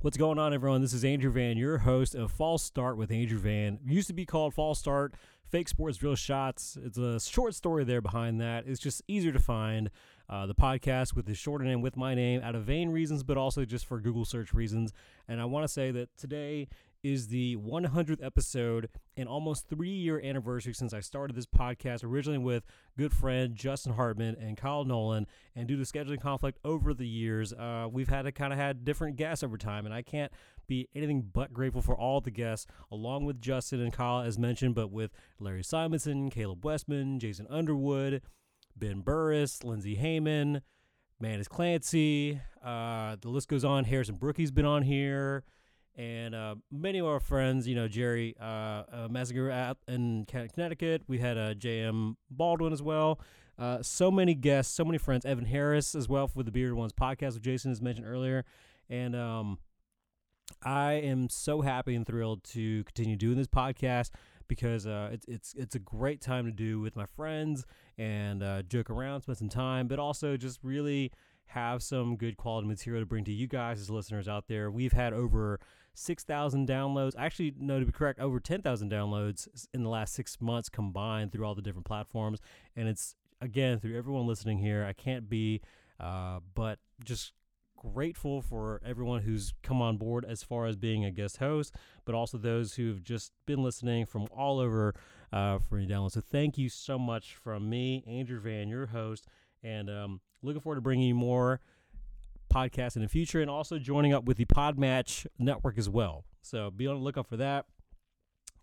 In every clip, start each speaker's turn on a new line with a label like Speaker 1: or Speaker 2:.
Speaker 1: What's going on, everyone? This is Andrew Van, your host of False Start with Andrew Van. It used to be called False Start, Fake Sports, Real Shots. It's a short story there behind that. It's just easier to find. Uh, the podcast with the shorter name, with my name, out of vain reasons, but also just for Google search reasons. And I want to say that today is the 100th episode and almost three year anniversary since I started this podcast, originally with good friend Justin Hartman and Kyle Nolan. And due to scheduling conflict over the years, uh, we've had to kind of had different guests over time. And I can't be anything but grateful for all the guests, along with Justin and Kyle, as mentioned, but with Larry Simonson, Caleb Westman, Jason Underwood, Ben Burris, Lindsey Heyman. Manis Clancy, uh, the list goes on. Harrison Brookie's been on here and uh, many of our friends, you know, Jerry uh, uh, Massacre out in Can- Connecticut. We had uh, J.M. Baldwin as well. Uh, so many guests, so many friends. Evan Harris as well for the Bearded Ones podcast, which Jason has mentioned earlier. And um, I am so happy and thrilled to continue doing this podcast because uh, it's it's it's a great time to do with my friends and uh, joke around, spend some time, but also just really have some good quality material to bring to you guys as listeners out there. We've had over six thousand downloads. Actually, no, to be correct, over ten thousand downloads in the last six months combined through all the different platforms, and it's again through everyone listening here. I can't be, uh, but just grateful for everyone who's come on board as far as being a guest host, but also those who've just been listening from all over uh, for your download. So thank you so much from me, Andrew Van, your host, and um, looking forward to bringing you more podcasts in the future, and also joining up with the Podmatch Network as well. So be on the lookout for that.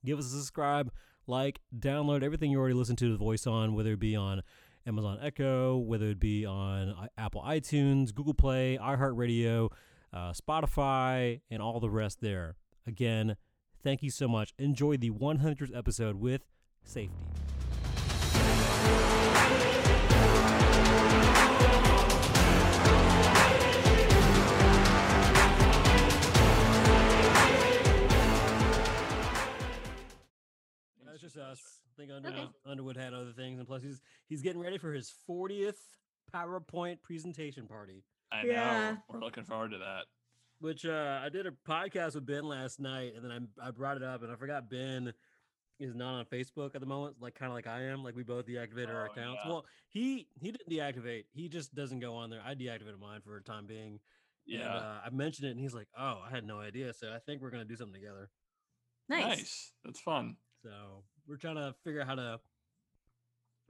Speaker 1: Give us a subscribe, like, download everything you already listen to the voice on, whether it be on Amazon Echo, whether it be on i- Apple iTunes, Google Play, iHeartRadio, uh, Spotify, and all the rest there. Again, thank you so much. Enjoy the 100th episode with safety. That's just us. I think Underwood,
Speaker 2: Okay.
Speaker 1: Underwood had other things, and plus he's he's getting ready for his 40th PowerPoint presentation party.
Speaker 2: I
Speaker 3: Yeah.
Speaker 2: know. We're looking forward to that.
Speaker 1: Which uh, I did a podcast with Ben last night, and then I I brought it up, and I forgot Ben is not on Facebook at the moment, like kind of like I am. Like we both deactivated our
Speaker 2: Oh,
Speaker 1: accounts.
Speaker 2: yeah.
Speaker 1: Well, he he didn't deactivate. He just doesn't go on there. I deactivated mine for a time being. and,
Speaker 2: Yeah.
Speaker 1: uh, I mentioned it, and he's like, "Oh, I had no idea." So I think we're gonna do something together.
Speaker 3: Nice.
Speaker 2: That's fun.
Speaker 1: So we're trying to figure out how to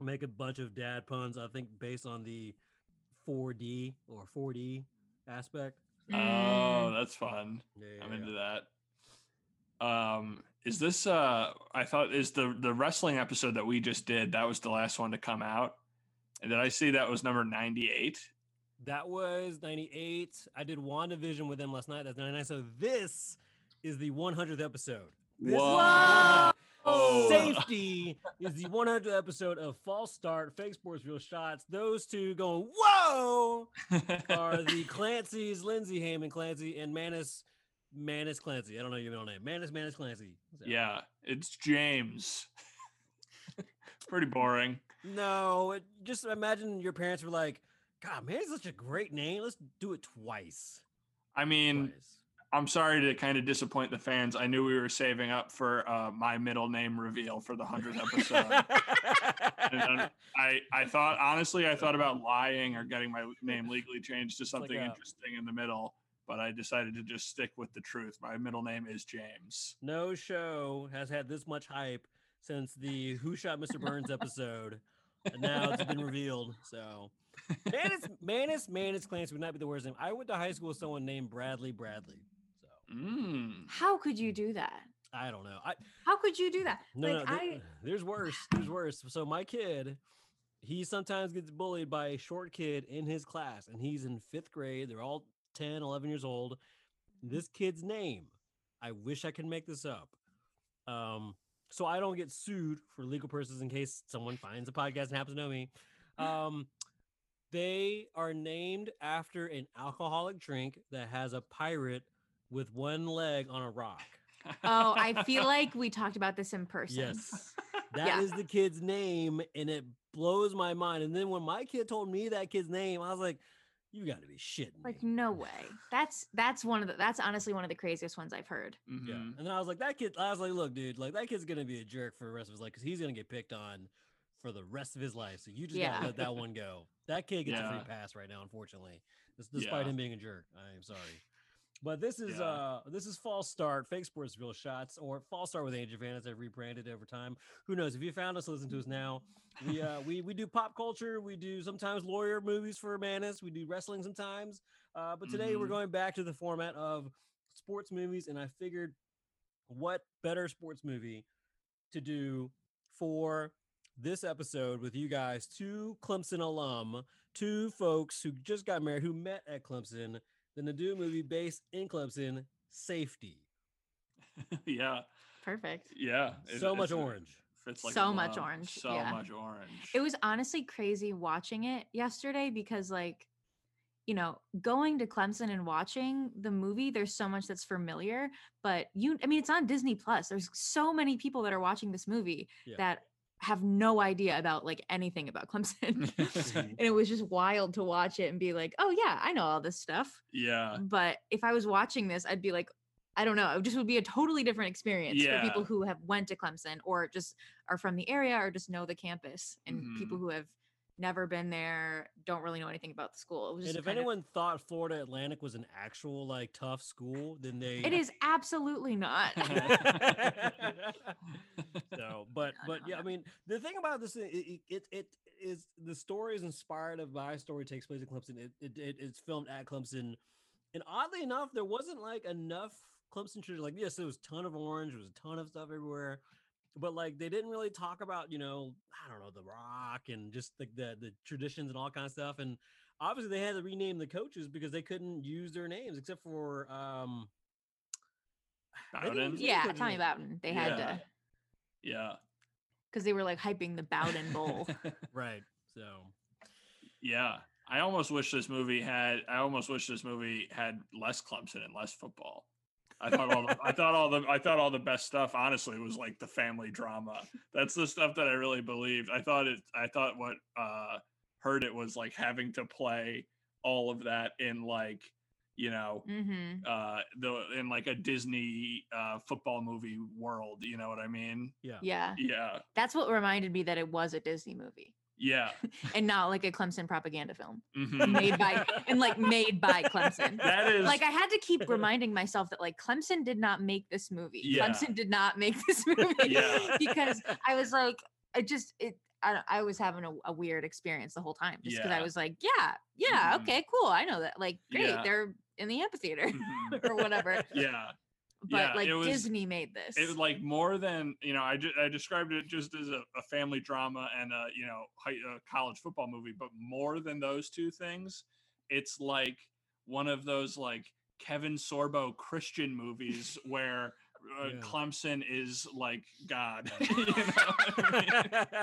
Speaker 1: make a bunch of dad puns. I think based on the 4D or 4D aspect.
Speaker 2: Oh,
Speaker 3: Mm.
Speaker 2: that's fun.
Speaker 1: Yeah,
Speaker 2: I'm
Speaker 1: yeah,
Speaker 2: into that. Um, is this uh I thought is the the wrestling episode that we just did, that was the last one to come out. And did I see that was number 98?
Speaker 1: That was 98. I did WandaVision with them last night. That's 99. So this is the 100th episode. This is
Speaker 2: Whoa. Oh.
Speaker 1: the 100th.
Speaker 2: Whoa.
Speaker 1: Safety is the 100th episode of False Start, Fake Sports, Real Shots. Those two going, whoa, are the Clancy's, Lindsey Heyman Clancy, and Manus, Manus Clancy. I don't know your middle name. Manus, Manus Clancy. So-
Speaker 2: yeah, it's James. Pretty boring.
Speaker 1: No, it, just imagine your parents were like, God, man, it's such a great name. Let's do it twice.
Speaker 2: I mean,
Speaker 1: Twice.
Speaker 2: I'm sorry to kind of disappoint the fans. I knew we were saving up for uh, my middle name reveal for the 100th episode. And then I, I thought honestly I thought about lying or getting my name legally changed to
Speaker 1: like
Speaker 2: something
Speaker 1: a-
Speaker 2: interesting in the middle, but I decided to just stick with the truth. My middle name is James.
Speaker 1: no show has had this much hype since the Who Shot Mr. Burns episode. And now it's been revealed. So Manus Manus Manus Clancy would not be the worst name. I went to high school with someone named Bradley Bradley. So
Speaker 2: Mm.
Speaker 3: How could you do that?
Speaker 1: I don't know. I
Speaker 3: How could you do that?
Speaker 1: No,
Speaker 3: like
Speaker 1: no, there-
Speaker 3: I
Speaker 1: there's worse. There's worse. So my kid, he sometimes gets bullied by a short kid in his class, and he's in fifth grade. They're all 10, 11 years old.
Speaker 3: Mm-hmm.
Speaker 1: This kid's name, I wish I could make this up. Um, so I don't get sued for legal purposes in case someone finds the podcast and happens to know me. Um, they are named after an alcoholic drink that has a pirate with one leg on a rock.
Speaker 3: oh, I feel like we talked about this in person.
Speaker 1: Yes. that is
Speaker 3: Yeah.
Speaker 1: the kid's name, and it blows my mind. And then when my kid told me that kid's name, I was like, You got to be shitting
Speaker 3: Like
Speaker 1: me.
Speaker 3: no way. That's that's one of the that's honestly one of the craziest ones I've heard.
Speaker 1: Yeah.
Speaker 2: Mhm.
Speaker 1: And then I was like, that kid, I was like, look, dude, like that kid's going to be a jerk for the rest of his life because he's going to get picked on for the rest of his life. So you just got
Speaker 3: Yeah.
Speaker 1: to let that one go. That kid gets a
Speaker 2: Yeah.
Speaker 1: free pass right now, unfortunately, Des- despite
Speaker 2: Yeah.
Speaker 1: him being a jerk. I am sorry. But this is
Speaker 2: Yeah.
Speaker 1: uh this is false start, fake sports, real shots, or false start with Angel Van as I've rebranded over time. Who knows? If you found us, listen to us now. We uh we we do pop culture, we do sometimes lawyer movies for Manus, we do wrestling sometimes. Uh, but today we're
Speaker 2: Mhm.
Speaker 1: going back to the format of sports movies, and I figured what better sports movie to do for this episode with you guys, two Clemson alum, two folks who just got married, who met at Clemson, than to do a movie based in Clemson, safety.
Speaker 2: yeah.
Speaker 3: Perfect.
Speaker 2: Yeah. It-
Speaker 1: so much
Speaker 2: it's-
Speaker 1: orange.
Speaker 2: Fits like a
Speaker 3: So much
Speaker 2: glove.
Speaker 3: orange,
Speaker 2: So
Speaker 3: yeah.
Speaker 2: much orange.
Speaker 3: It was honestly crazy watching it yesterday because like you know, going to Clemson and watching the movie, there's so much that's familiar, but you I mean it's on Disney Plus. There's so many people that are watching this movie
Speaker 1: Yeah.
Speaker 3: that have no idea about like anything about Clemson.
Speaker 2: Mhm.
Speaker 3: and it was just wild to watch it and be like, "Oh yeah, I know all this stuff."
Speaker 2: yeah.
Speaker 3: but if I was watching this, I'd be like, I don't know. It just would be a totally different experience for people
Speaker 2: Yeah.
Speaker 3: who have went to Clemson or just are from the area or just know the campus and people who have never been there don't really know anything about the school. It was
Speaker 1: And
Speaker 3: just
Speaker 1: if
Speaker 3: kind of-
Speaker 1: anyone thought Florida Atlantic was an actual like tough school, then they
Speaker 3: it is absolutely not.
Speaker 1: so but
Speaker 3: No,
Speaker 1: but
Speaker 3: no,
Speaker 1: yeah i
Speaker 3: no.
Speaker 1: mean the thing about this it it, it is the story is inspired of my story takes place in clemson it, it, it it's filmed at clemson and oddly enough there wasn't like enough clemson tradition like yes there was a ton of orange there was a ton of stuff everywhere but like they didn't really talk about you know i don't know the rock and just like the the traditions and all kind of stuff and obviously they had to rename the coaches because they couldn't use their names except for um I think it
Speaker 2: Bowden?
Speaker 1: was-
Speaker 3: yeah,
Speaker 1: coaches
Speaker 3: Tommy
Speaker 1: is-
Speaker 3: Bowden. They had
Speaker 2: Yeah.
Speaker 3: to
Speaker 2: Yeah.
Speaker 3: because they were like hyping the Bowden Bowl.
Speaker 1: right so
Speaker 2: yeah. I almost wish this movie had. I almost wish this movie had less Clemson and less football. I thought all. The, I thought all the. I thought all the best stuff. Honestly, was like the family drama. That's the stuff that I really believed. I thought it. I thought what uh heard it was like having to play all of that in like you know
Speaker 3: hmm
Speaker 2: uh the in like a disney uh football movie world you know what i mean
Speaker 1: yeah
Speaker 3: Yeah,
Speaker 2: yeah
Speaker 3: that's what reminded me that it was a Disney movie
Speaker 2: yeah
Speaker 3: and not like a Clemson propaganda film
Speaker 2: mhm.
Speaker 3: made by and like made by Clemson.
Speaker 2: that is
Speaker 3: like I had to keep reminding myself that like Clemson did not make this movie.
Speaker 2: Yeah.
Speaker 3: Clemson did not make this movie
Speaker 2: Yeah.
Speaker 3: because I was like, I just it. I, don't- I was having a, a weird experience the whole time just because I
Speaker 2: Yeah.
Speaker 3: was like, yeah, yeah,
Speaker 2: Mhm.
Speaker 3: okay, cool. I know that. Like, great,
Speaker 2: Yeah.
Speaker 3: they're in the amphitheater
Speaker 2: mhm.
Speaker 3: or whatever.
Speaker 2: yeah
Speaker 3: But
Speaker 2: Yeah,
Speaker 3: like
Speaker 2: it was-
Speaker 3: Disney made this.
Speaker 2: it was like more than you know I, ju- I described it just as a, a family drama and a you know high, a college football movie but more than those two things it's like one of those like kevin sorbo christian movies where uh,
Speaker 1: Yeah.
Speaker 2: clemson is like god you know what I mean?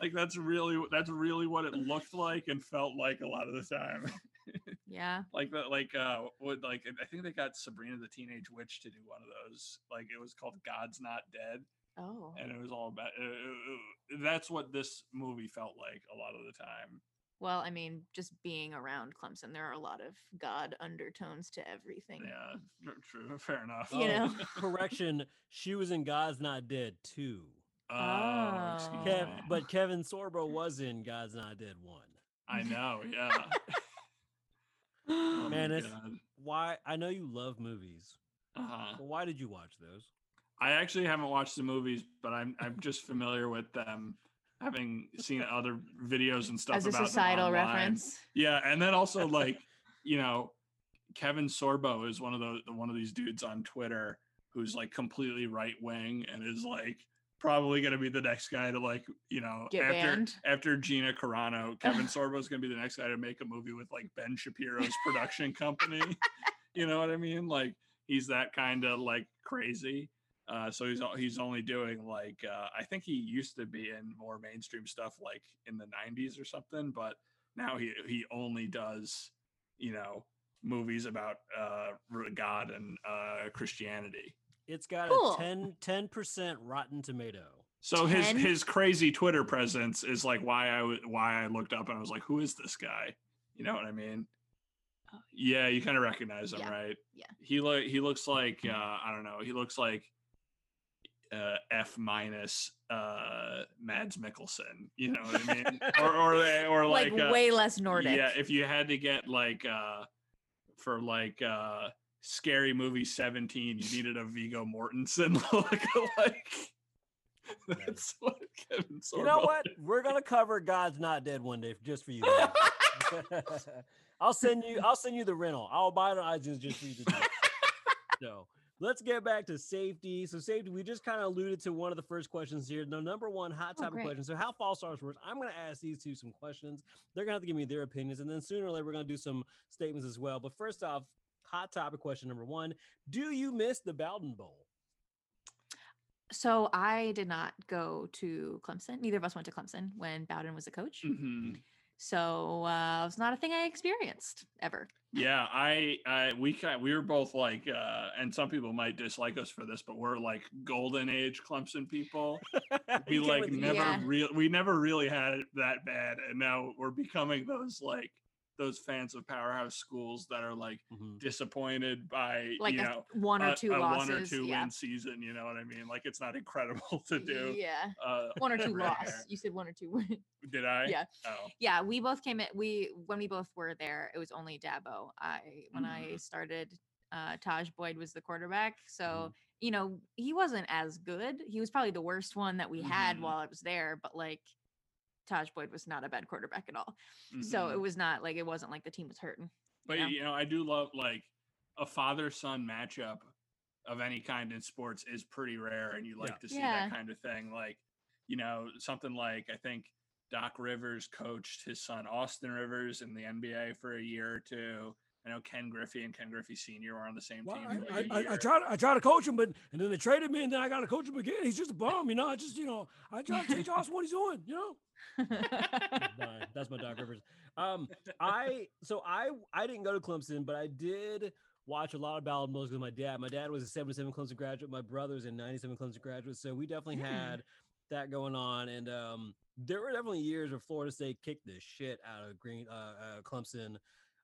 Speaker 2: like that's really wh- that's really what it looked like and felt like a lot of the time
Speaker 3: yeah,
Speaker 2: like that like uh would like i think they got sabrina the teenage witch to do one of those like it was called god's not dead
Speaker 3: oh,
Speaker 2: and it was all about uh, uh, uh, that's what this movie felt like a lot of the time
Speaker 3: well, I mean, just being around Clemson, there are a lot of God undertones to everything.
Speaker 2: yeah tr- true fair enough
Speaker 3: You know?
Speaker 1: correction, she was in God's Not Dead 2.
Speaker 2: oh excuse
Speaker 1: Kev,
Speaker 2: me.
Speaker 1: but Kevin Sorbo was in God's Not Dead 1.
Speaker 2: i know yeah Oh my
Speaker 1: Man, it's-
Speaker 2: God.
Speaker 1: Why? I know you love movies,
Speaker 2: uh-huh
Speaker 1: but why did you watch those?
Speaker 2: I actually haven't watched the movies, but I'm I'm just familiar with them, having seen other videos and stuff
Speaker 3: As a
Speaker 2: about them
Speaker 3: societal
Speaker 2: online.
Speaker 3: reference.
Speaker 2: Yeah, and then also like, you know, Kevin Sorbo is one of those one of these dudes on Twitter who's like completely right wing and is like probably going to be the next guy to like, you know,
Speaker 3: Get
Speaker 2: after
Speaker 3: banned.
Speaker 2: after Gina Carano, Kevin Sorbo is going to be the next guy to make a movie with like Ben Shapiro's production company. you know what I mean? Like he's that kind of like crazy. Uh, so he's o- he's only doing like uh, I think he used to be in more mainstream stuff like in the '90s or something, but now he he only does you know movies about uh, r- God and uh, Christianity.
Speaker 1: It's got a
Speaker 3: Cool.
Speaker 1: 10, 10% Rotten Tomato.
Speaker 2: So his
Speaker 3: Ten-
Speaker 2: his crazy Twitter presence is like why I w- why I looked up and I was like, who is this guy? You know what I mean? Yeah, you kind of recognize him,
Speaker 3: Oh, Yeah,
Speaker 2: right?
Speaker 3: yeah.
Speaker 2: He like he looks like uh, I don't know. He looks like uh, F minus uh, Mads Mikkelsen. You know what I mean? or or or
Speaker 3: like,
Speaker 2: like, uh,
Speaker 3: way less Nordic.
Speaker 2: Yeah, if you had to get like uh, for like uh, scary movie seventeen, you needed a Vigo Mortensen lookalike. That's what Kevin
Speaker 1: You know
Speaker 2: Sorbo
Speaker 1: what? We're gonna cover God's Not Dead one day just for you. Ryan. I'll send you. I'll send you the rental. I'll buy it on iTunes just for you to do. so let's get back to safety. So safety, we just kind of alluded to one of the first questions here. The number one hot
Speaker 3: Oh,
Speaker 1: topic
Speaker 3: great.
Speaker 1: question. So how false stars works? I'm gonna ask these two some questions. They're gonna have to give me their opinions, and then sooner or later we're gonna do some statements as well. But first off, hot topic question number one: Do you miss the Bowden Bowl?
Speaker 3: So I did not go to Clemson. Neither of us went to Clemson when Bowden was a coach.
Speaker 2: Mhm.
Speaker 3: So uh, it's not a thing I experienced ever.
Speaker 2: Yeah, I, I we kind we were both like, uh, and some people might dislike us for this, but we're like golden age Clemson people. We
Speaker 1: You can't
Speaker 2: like
Speaker 1: really-
Speaker 2: never
Speaker 3: Yeah.
Speaker 2: real we never really had it that bad, and now we're becoming those like those fans of powerhouse schools that are like
Speaker 1: Mhm.
Speaker 2: disappointed by
Speaker 3: Like
Speaker 2: you
Speaker 3: a
Speaker 2: know
Speaker 3: One or
Speaker 2: a-
Speaker 3: two
Speaker 2: a
Speaker 3: losses.
Speaker 2: one or two
Speaker 3: yeah.
Speaker 2: win season. You know what I mean? Like it's not incredible to do.
Speaker 3: Yeah.
Speaker 2: Uh,
Speaker 3: One or two
Speaker 2: right
Speaker 3: loss. You said one or two win.
Speaker 2: there. Did I?
Speaker 3: Yeah.
Speaker 2: Oh.
Speaker 3: yeah we both came in we when we both were there it was only dabo i when i
Speaker 2: Mhm.
Speaker 3: started uh taj boyd was the quarterback so you know he wasn't as good he was probably the worst one that we had
Speaker 2: Mhm.
Speaker 3: while i was there but like taj boyd was not a bad quarterback at all so
Speaker 2: mhm.
Speaker 3: it was not like it wasn't like the team was hurting
Speaker 2: But
Speaker 3: Yeah.
Speaker 2: you know, I do love like a father son matchup of any kind in sports is pretty rare, and you like to see
Speaker 3: Yeah.
Speaker 2: that kind of thing. Like, you know, something like I think Doc Rivers coached his son Austin Rivers in the NBA for a year or two. I know Ken Griffey and Ken Griffey Sr. were on the same
Speaker 1: Well,
Speaker 2: team. for
Speaker 1: I,
Speaker 2: like a
Speaker 1: I, I, I
Speaker 2: year.
Speaker 1: tried. I tried to coach him, but and then they traded me, and then I got to coach him again. He's just a bum, you know. I just, you know, I try to teach Austin what he's doing, you know. Nah, that's my Doc Rivers. Um, I so I I didn't go to Clemson, but I did watch a lot of ballad music with my dad. My dad was a '77 Clemson graduate. My brother's a '97 Clemson graduate, so we definitely
Speaker 3: Hmm.
Speaker 1: had that going on. And um, there were definitely years where Florida State kicked the shit out of Green uh, uh, Clemson.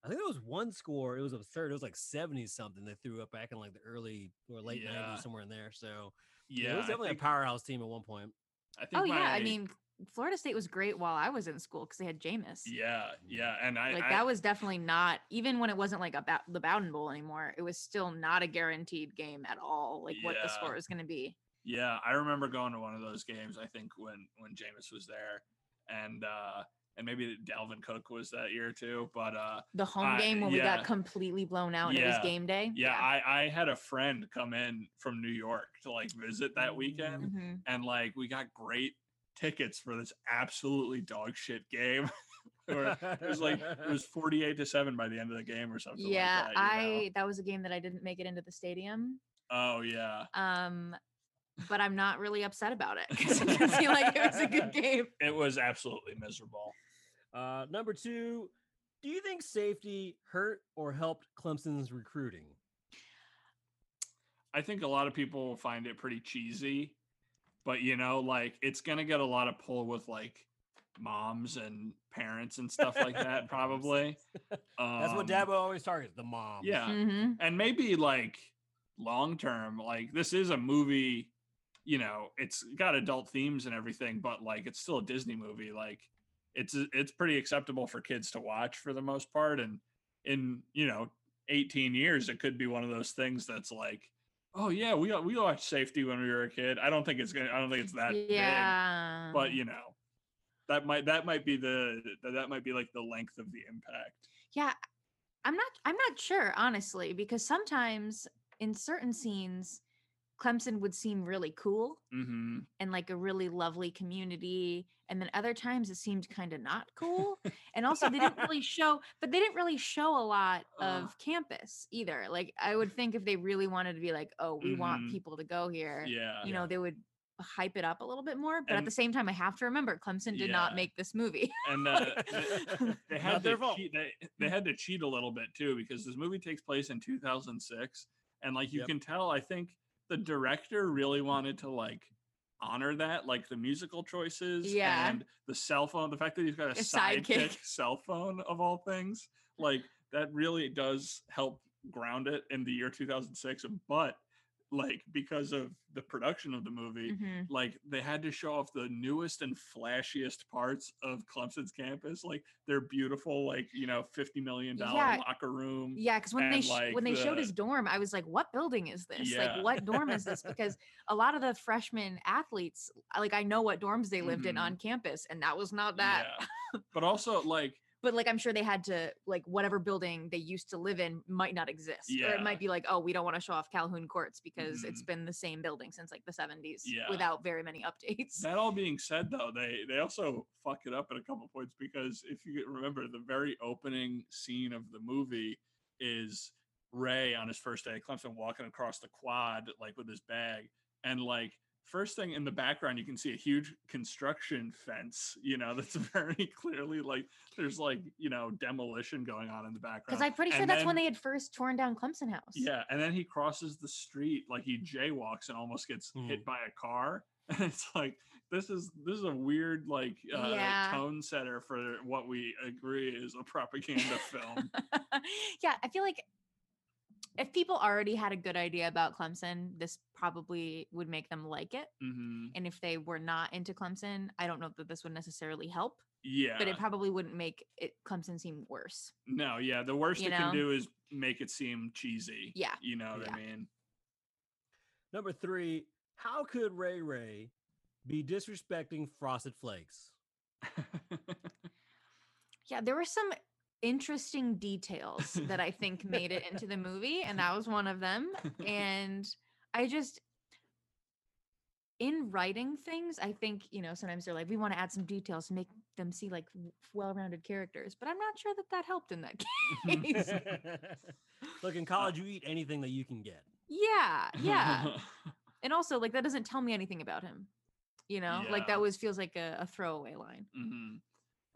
Speaker 1: I think it was one score. It was absurd. It was like 70 something they threw up back in like the early or late
Speaker 2: Yeah.
Speaker 1: 90s, somewhere in there. So
Speaker 2: yeah,
Speaker 1: it was definitely
Speaker 2: I think,
Speaker 1: a powerhouse team at one point.
Speaker 2: I think
Speaker 3: oh yeah i
Speaker 2: my-
Speaker 3: mean florida state was great while i was in school because they had Jameis.
Speaker 2: yeah, yeah, and I,
Speaker 3: like
Speaker 2: I
Speaker 3: that was definitely not even when it wasn't like about the Bowden Bowl anymore. It was still not a guaranteed game at all. Like what the
Speaker 2: Yeah.
Speaker 3: score was going to be.
Speaker 2: Yeah, I remember going to one of those games. I think when when Jameis was there, and uh, and maybe Dalvin Cook was that year too. But uh,
Speaker 3: The home
Speaker 2: I-
Speaker 3: game when we
Speaker 2: yeah.
Speaker 3: got completely blown out and it
Speaker 2: Yeah.
Speaker 3: was game day.
Speaker 2: yeah, I I had a friend come in from New York to like visit that weekend,
Speaker 3: Mhm.
Speaker 2: and like we got great tickets for this absolutely dog shit game. Or it was like it was forty eight to seven by the end of the game or something. like
Speaker 3: yeah,
Speaker 2: that, you know?
Speaker 3: I that was a game that I didn't make it into the stadium.
Speaker 2: Oh yeah,
Speaker 3: Um, but I'm not really upset about it 'cause it does seem like it was a good game.
Speaker 2: it was absolutely miserable.
Speaker 1: Uh, number two, do you think safety hurt or helped Clemson's recruiting?
Speaker 2: I think a lot of people will find it pretty cheesy, but you know, like it's gonna get a lot of pull with like moms and parents and stuff like that, probably. Um,
Speaker 1: That's what Dabo always targets the mom.
Speaker 2: Yeah,
Speaker 3: hmm
Speaker 2: and maybe like long term, like this is a movie. You know, it's got adult themes and everything, but like it's still a Disney movie. Like it's it's pretty acceptable for kids to watch for the most part, and in you know 18 years, it could be one of those things that's like. Oh yeah, we we watched Safety when we were a kid. I don't think it's gonna. I don't think it's that
Speaker 3: Yeah.
Speaker 2: big, but you know, that might that might be the that might be like the length of the impact.
Speaker 3: Yeah, I'm not I'm not sure honestly because sometimes in certain scenes Clemson would seem really cool
Speaker 2: Mm-hmm.
Speaker 3: and like a really lovely community and then other times it seemed kind of not cool and also they didn't really show but they didn't really show a lot
Speaker 2: Uh.
Speaker 3: of campus either like I would think if they really wanted to be like oh we want
Speaker 2: Mhm.
Speaker 3: people to go here
Speaker 2: Yeah,
Speaker 3: you know they would hype it up a little bit more but at
Speaker 2: And-
Speaker 3: the same time I have to remember Clemson did
Speaker 2: Yeah.
Speaker 3: not make this movie
Speaker 2: and uh, th- they
Speaker 1: Not
Speaker 2: had
Speaker 1: their
Speaker 2: to
Speaker 1: fault.
Speaker 2: cheat, they, they had to cheat a little bit too because this movie takes place in 2006 and like you
Speaker 1: Yep.
Speaker 2: can tell i think the director really wanted to like honor that like the musical choices
Speaker 3: Yeah.
Speaker 2: and the cell phone the fact that he's got a
Speaker 3: A
Speaker 2: sidekick
Speaker 3: sidekick.
Speaker 2: cell phone of all things like that really does help ground it in the year 2006 but like because of the production of the movie
Speaker 3: hmm
Speaker 2: like they had to show off the newest and flashiest parts of Clemson's campus, like their beautiful, like you know, fifty million dollar
Speaker 3: Yeah.
Speaker 2: locker room.
Speaker 3: Yeah, because when they
Speaker 2: and,
Speaker 3: sh-
Speaker 2: like,
Speaker 3: when they showed
Speaker 2: the-
Speaker 3: his dorm, I was like, "What building is this?
Speaker 2: Yeah.
Speaker 3: Like, what dorm is this?" Because a lot of the freshman athletes, I- like, I know what dorms they lived in
Speaker 2: Mhm.
Speaker 3: on campus, and that was not that.
Speaker 2: Yeah. But also, like,
Speaker 3: But like, I'm sure they had to like whatever building they used to live in might not exist, or it
Speaker 2: Yeah. Mm-hmm.
Speaker 3: might be like, "Oh, we don't want to show off Calhoun Courts because it's been the same building since like the 70s
Speaker 2: Yeah.
Speaker 3: without very many updates."
Speaker 2: that all being said, though, they they also fuck it up at a couple points because if you remember, the very opening scene of the movie is Ray on his first day at Clemson walking across the quad, like with his bag, and like. First thing in the background, you can see a huge construction fence. You know that's very clearly like there's like you know demolition going on in the background.
Speaker 3: Because I'm pretty sure
Speaker 2: And
Speaker 3: that's when
Speaker 2: then-
Speaker 3: they had first torn down Clemson House.
Speaker 2: Yeah, and then he crosses the street like he jaywalks and almost gets
Speaker 3: Hmm.
Speaker 2: hit by a car. And it's like this is this is a weird like uh,
Speaker 3: Yeah.
Speaker 2: tone setter for what we agree is a propaganda film.
Speaker 3: yeah, I feel like if people already had a good idea about Clemson, this probably would make them like it.
Speaker 2: hmm
Speaker 3: And if they were not into Clemson, I don't know that this would necessarily help,
Speaker 2: Yeah,
Speaker 3: but it probably wouldn't make it Clemson seem worse.
Speaker 2: no, yeah. The worst
Speaker 3: you
Speaker 2: it can
Speaker 3: know?
Speaker 2: do is make it seem cheesy.
Speaker 3: Yeah.
Speaker 2: you know what
Speaker 3: Yeah.
Speaker 2: I mean.
Speaker 1: Number three, how could Ray Ray be disrespecting Frosted Flakes?
Speaker 3: Yeah, there were some interesting details that I think made it into the movie, and that was one of them. And I just, in writing things, I think, you know, sometimes they're like, we want to add some details to make them see like w- well-rounded characters, but I'm not sure that that helped in that case.
Speaker 1: Look, in college, you eat anything that you can get.
Speaker 3: yeah, yeah. And also, like, that doesn't tell me anything about him. You know, like
Speaker 2: Yeah.
Speaker 3: that was feels like a, a throwaway line.
Speaker 2: Mhm.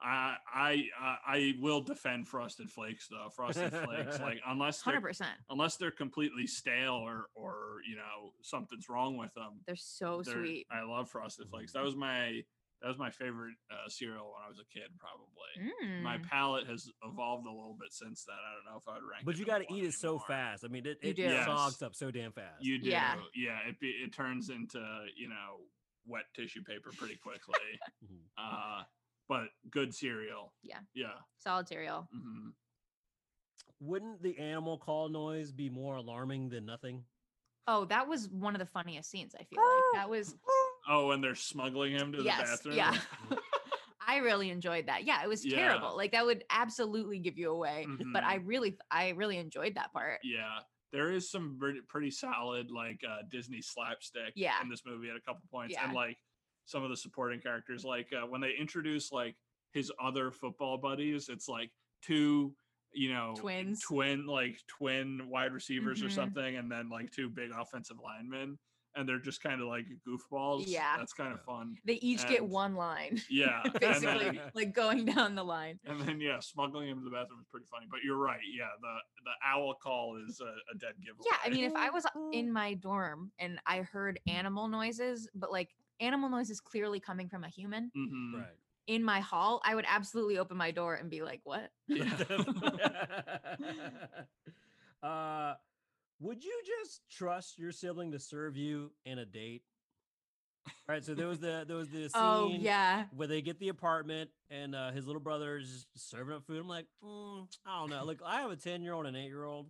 Speaker 2: I I I- I will defend Frosted Flakes though. Frosted Flakes, like unless they're
Speaker 3: Hundred percent.
Speaker 2: unless they're completely stale or or you know something's wrong with them.
Speaker 3: They're so
Speaker 2: they're-
Speaker 3: sweet.
Speaker 2: I love Frosted Flakes. That was my that was my favorite uh, cereal when I was a kid, probably. My
Speaker 3: Mm.
Speaker 2: palate has evolved a little bit since then. I don't know if I'd rank.
Speaker 1: But you
Speaker 2: got to
Speaker 1: eat it so fast. I mean, it,
Speaker 3: You
Speaker 1: it
Speaker 3: do. Yes.
Speaker 1: sogs up so damn fast.
Speaker 2: You do, yeah.
Speaker 3: Yeah.
Speaker 2: it be, it turns into you know wet tissue paper pretty quickly.
Speaker 1: Mhm.
Speaker 2: uh, but good cereal.
Speaker 3: Yeah.
Speaker 2: Yeah.
Speaker 3: Solid cereal.
Speaker 2: hmm
Speaker 1: Wouldn't the animal call noise be more alarming than nothing?
Speaker 3: Oh, that was one of the funniest scenes. I feel like that was
Speaker 2: Oh, and they're smuggling him to the
Speaker 3: yes,
Speaker 2: bathroom.
Speaker 3: yeah. I really enjoyed that. Yeah, it was
Speaker 2: Yeah.
Speaker 3: terrible. Like that would absolutely give you away. But
Speaker 2: Mhm.
Speaker 3: I really, I really enjoyed that part.
Speaker 2: Yeah, there is some pretty, pretty solid like uh, Disney slapstick
Speaker 3: Yeah.
Speaker 2: in this movie at a couple points,
Speaker 3: Yeah.
Speaker 2: and like some of the supporting characters, like uh, when they introduce like his other football buddies, it's like two, you know,
Speaker 3: Twins.
Speaker 2: twin like twin wide receivers or
Speaker 3: Mhm.
Speaker 2: something, and then like two big offensive linemen, and they're just kind of like goofballs.
Speaker 3: Yeah.
Speaker 2: that's kind of
Speaker 1: Yeah.
Speaker 2: fun.
Speaker 3: They each get
Speaker 2: And-
Speaker 3: one line,
Speaker 2: Yeah, and
Speaker 3: basically,
Speaker 2: then,
Speaker 3: like going down the line.
Speaker 2: and then yeah, smuggling him to the bathroom is pretty funny. But you're right. Yeah, the the owl call is a, a dead giveaway.
Speaker 3: Yeah, I mean, if I was in my dorm and I heard animal noises, but like animal noises clearly coming from a human
Speaker 2: Mhm.
Speaker 1: Right.
Speaker 3: in my hall, I would absolutely open my door and be like, "What?"
Speaker 1: uh, would you just trust your sibling to serve you in a date? All right. So there was the there was the scene
Speaker 3: Oh yeah,
Speaker 1: where they get the apartment and uh, his little brother is just serving up food. I'm like, mm, I don't know. Look, I have a ten year old and eight year old.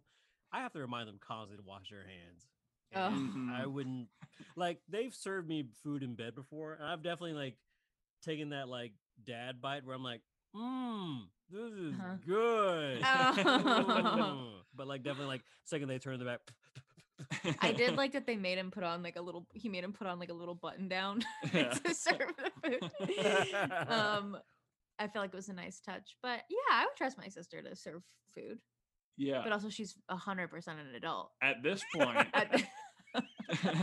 Speaker 1: I have to remind them constantly to wash their hands.
Speaker 3: Oh.
Speaker 1: and
Speaker 2: Mhm.
Speaker 1: I wouldn't like they've served me food in bed before, and I've definitely like taken that like dad bite where I'm like, mmm, this is
Speaker 3: Uh-huh.
Speaker 1: good.
Speaker 3: Oh.
Speaker 1: Mm. but like definitely like second they turn the back.
Speaker 3: I did like that they made him put on like a little. He made him put on like a little button down to serve the food. um, I feel like it was a nice touch, but yeah, I would trust my sister to serve food.
Speaker 2: yeah.
Speaker 3: But also, she's hundred percent an adult.
Speaker 2: At this point,
Speaker 3: At-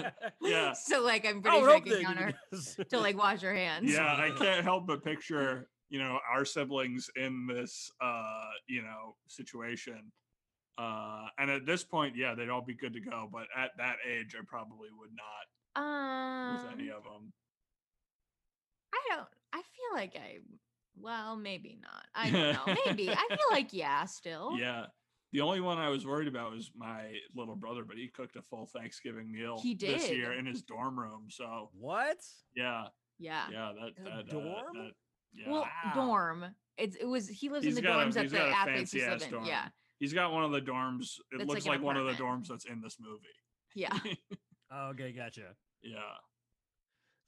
Speaker 2: yeah,
Speaker 3: so like, I'm
Speaker 1: I would
Speaker 3: pretty sure I
Speaker 1: hope
Speaker 3: could
Speaker 1: they
Speaker 3: count
Speaker 1: do
Speaker 3: her
Speaker 1: this.
Speaker 3: to like wash her hands.
Speaker 2: yeah, I can't help but picture you know our siblings in this uh you know situation. Uh, and at this point, yeah, they'd all be good to go. But at that age, I probably would not
Speaker 3: Um,
Speaker 2: with any of them.
Speaker 3: I don't. I feel like I. Well, maybe not. I don't know. Maybe I feel like yeah. Still.
Speaker 2: Yeah, The only one I was worried about was my little brother, but he cooked a full Thanksgiving meal
Speaker 3: He
Speaker 2: this
Speaker 3: did.
Speaker 2: year in his dorm room. So
Speaker 1: What?
Speaker 2: yeah,
Speaker 3: Yeah.
Speaker 2: yeah, that,
Speaker 1: In a
Speaker 2: that uh,
Speaker 1: dorm?
Speaker 2: that- yeah.
Speaker 3: Well,
Speaker 1: Wow.
Speaker 3: dorm. It's it was he lives
Speaker 2: He's
Speaker 3: in the
Speaker 2: got a-
Speaker 3: dorms that
Speaker 2: he's
Speaker 3: the
Speaker 2: got a
Speaker 3: athletes used to
Speaker 2: fancy-ass
Speaker 3: live in.
Speaker 2: dorm.
Speaker 3: Yeah.
Speaker 2: he's got one of the dorms. It
Speaker 3: That's
Speaker 2: looks
Speaker 3: like
Speaker 2: like,
Speaker 3: an
Speaker 2: one of the
Speaker 3: apartment.
Speaker 2: dorms that's in this movie.
Speaker 3: Yeah.
Speaker 1: Oh, okay, gotcha.
Speaker 2: Yeah,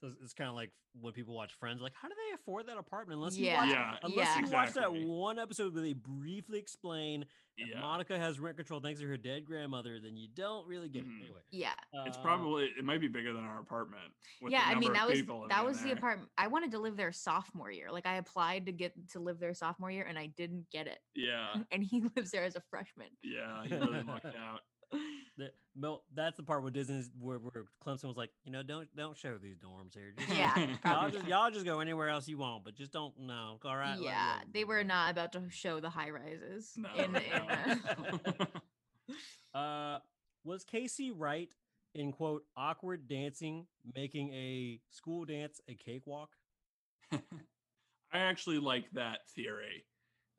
Speaker 1: So it's, it's kind of like when people watch Friends, like, how do they afford that apartment? Unless
Speaker 3: Yeah.
Speaker 1: you watch,
Speaker 2: yeah,
Speaker 1: unless you watch that
Speaker 2: exactly.
Speaker 1: one episode where they briefly explain that
Speaker 2: yeah.
Speaker 1: Monica has rent control thanks to her dead grandmother, then you don't really get
Speaker 2: Mhm.
Speaker 1: it. Anyway,
Speaker 3: Yeah.
Speaker 2: It's
Speaker 1: uh,
Speaker 2: probably it might be bigger than our apartment. With
Speaker 3: yeah.
Speaker 2: the
Speaker 3: I
Speaker 2: number
Speaker 3: mean,
Speaker 2: of
Speaker 3: that was
Speaker 2: people
Speaker 3: that
Speaker 2: living
Speaker 3: was the
Speaker 2: there.
Speaker 3: apartment. I wanted to live there sophomore year. Like I applied to get to live there sophomore year and I didn't get it.
Speaker 2: Yeah,
Speaker 3: And he lives there as a freshman.
Speaker 2: yeah, he really lucked out.
Speaker 1: The, Mel, that's the part where Disney's where, where Clemson was like, you know, don't don't show these dorms here. Just,
Speaker 3: Yeah,
Speaker 1: y'all
Speaker 3: probably
Speaker 1: just
Speaker 3: not.
Speaker 1: y'all just go anywhere else you want, but just don't no. All right, let-
Speaker 3: yeah,
Speaker 1: let-
Speaker 3: they
Speaker 1: let-
Speaker 3: were
Speaker 1: let-
Speaker 3: not about to show the high rises.
Speaker 2: No,
Speaker 3: in,
Speaker 2: no.
Speaker 3: in, uh,
Speaker 1: Uh, was Casey right in quote awkward dancing making a school dance a cakewalk?
Speaker 2: I actually like that theory.